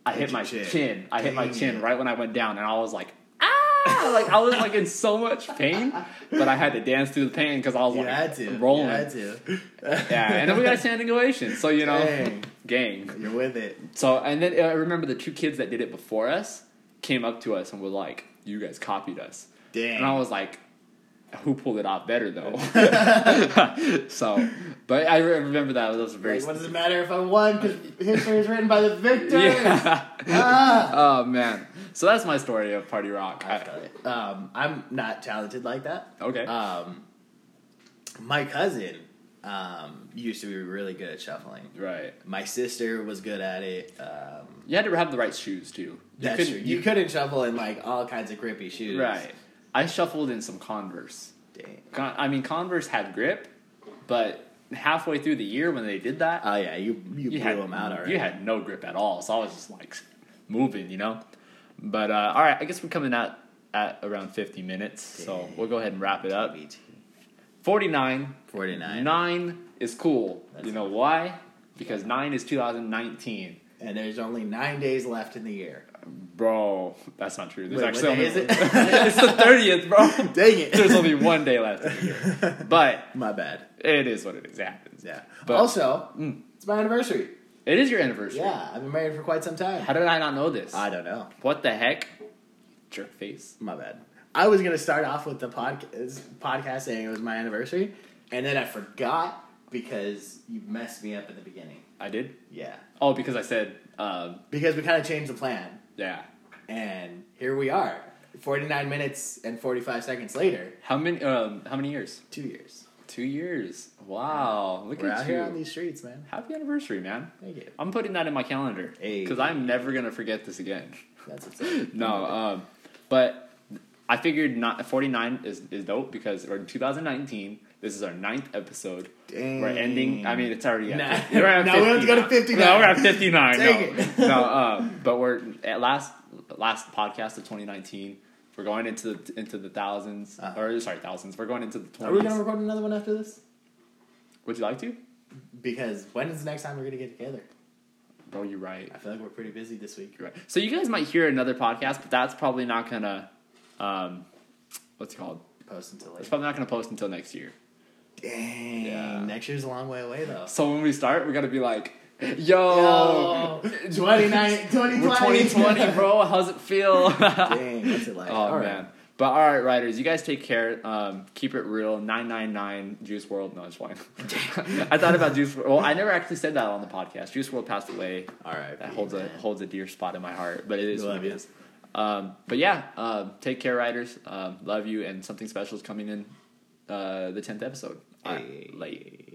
A: I hit,
B: Hit your
A: my
B: chin.
A: chin. I hit my
B: Dang
A: chin
B: it.
A: right when I went down, and I was like. Ah! Like I was like in so much pain, but I had to dance through the pain because I was
B: you
A: like
B: had to.
A: rolling.
B: You had to.
A: Yeah, and then we got a standing ovation. So you know,
B: Dang.
A: gang.
B: You're with it.
A: So, and then uh, I remember the two kids that did it before us came up to us and were like, "You guys copied us,"
B: Dang.
A: and I was like, "Who pulled it off better though?" so, but I re- remember that that was a very
B: Like, what does it matter if I won? Because history is written by the victors.
A: yeah.
B: Ah!
A: oh man, so that's my story of party rock. I-
B: Um, I'm not talented like that.
A: okay,
B: Um, my cousin um, used to be really good at shuffling.
A: right.
B: My sister was good at it. Um,
A: You had to have the right shoes too. You
B: that's
A: couldn't-
B: true. You couldn't shuffle in like all kinds of grippy shoes.
A: right. I shuffled in some Converse.
B: Dang.
A: Con- I mean, Converse had grip, but halfway through the year when they did that,
B: Oh yeah, you you, blew
A: had,
B: them out already.
A: You had no grip at all, so I was just like moving, you know. But uh, all right, I guess we're coming out at around fifty minutes, so
B: Dang.
A: we'll go ahead and wrap it up. Forty nine.
B: 49.
A: Nine is cool.
B: That's
A: you know why? Because nine is two thousand nineteen.
B: And there's only nine days left in the year.
A: Bro, that's not true. There's
B: Wait, what
A: actually only
B: day is it?
A: it's the thirtieth, bro.
B: Dang it.
A: There's only one day left in the year. But
B: My bad.
A: It is what it is. It happens.
B: Yeah.
A: But-
B: also, it's my anniversary.
A: It is your anniversary.
B: Yeah, I've been married for quite some time.
A: How did I not know this?
B: I don't know.
A: what the heck? Jerk face.
B: My bad. I was gonna start off with the podcast podcast saying it was my anniversary, and then I forgot because you messed me up in the beginning.
A: I did.
B: Yeah,
A: Oh, because I said, um,
B: because we kind of changed the plan,
A: yeah.
B: and here we are, forty nine minutes and forty five seconds later,
A: How many? Um, how many years?
B: two years.
A: Two years. Wow. Look
B: We're
A: at
B: out
A: you.
B: here on these streets, man.
A: Happy anniversary, man.
B: Thank you.
A: I'm putting that in my calendar
B: Hey.
A: because I'm never gonna forget this again.
B: That's what's up.
A: No, um, but I figured not 49 is, is dope because we're in 2019. This is our ninth episode.
B: Dang.
A: We're ending. I mean, it's already. at
B: Nah.
A: 50. We're at
B: Now we have to go to 59.
A: No, we're at 59.
B: Dang
A: no,
B: it.
A: no uh, but we're at last last podcast of 2019. We're going into the, into the 1000s
B: Uh-huh.
A: or sorry thousands. We're going into the
B: Are we gonna
A: twenties.
B: record another one after this?
A: Would you like to?
B: Because when is the next time we're gonna get together?
A: Bro, you're right.
B: I feel like we're pretty busy this week.
A: You're right. So you guys might hear another podcast, but that's probably not gonna. Um, what's it called?
B: Post until
A: It's
B: later.
A: probably not gonna post until next year.
B: Dang.
A: Yeah.
B: Next year's a long way away though.
A: So when we start, we gotta be like, yo,
B: 29 2020.
A: we're 2020, bro. How's it feel?
B: Dang, what's it like?
A: oh,
B: All
A: man.
B: right.
A: But all right, writers, you guys take care. Um, keep it real. 999 Juice World. No, it's fine. I thought about Juice World. Well, I never actually said that on the podcast. Juice World passed away.
B: All right.
A: That holds a holds a dear spot in my heart, but it is
B: We
A: what
B: love
A: it
B: you.
A: is. Um, but yeah, um, take care, writers. Um, love you, and something special is coming in uh, the tenth episode. Uh,
B: Hey.
A: late.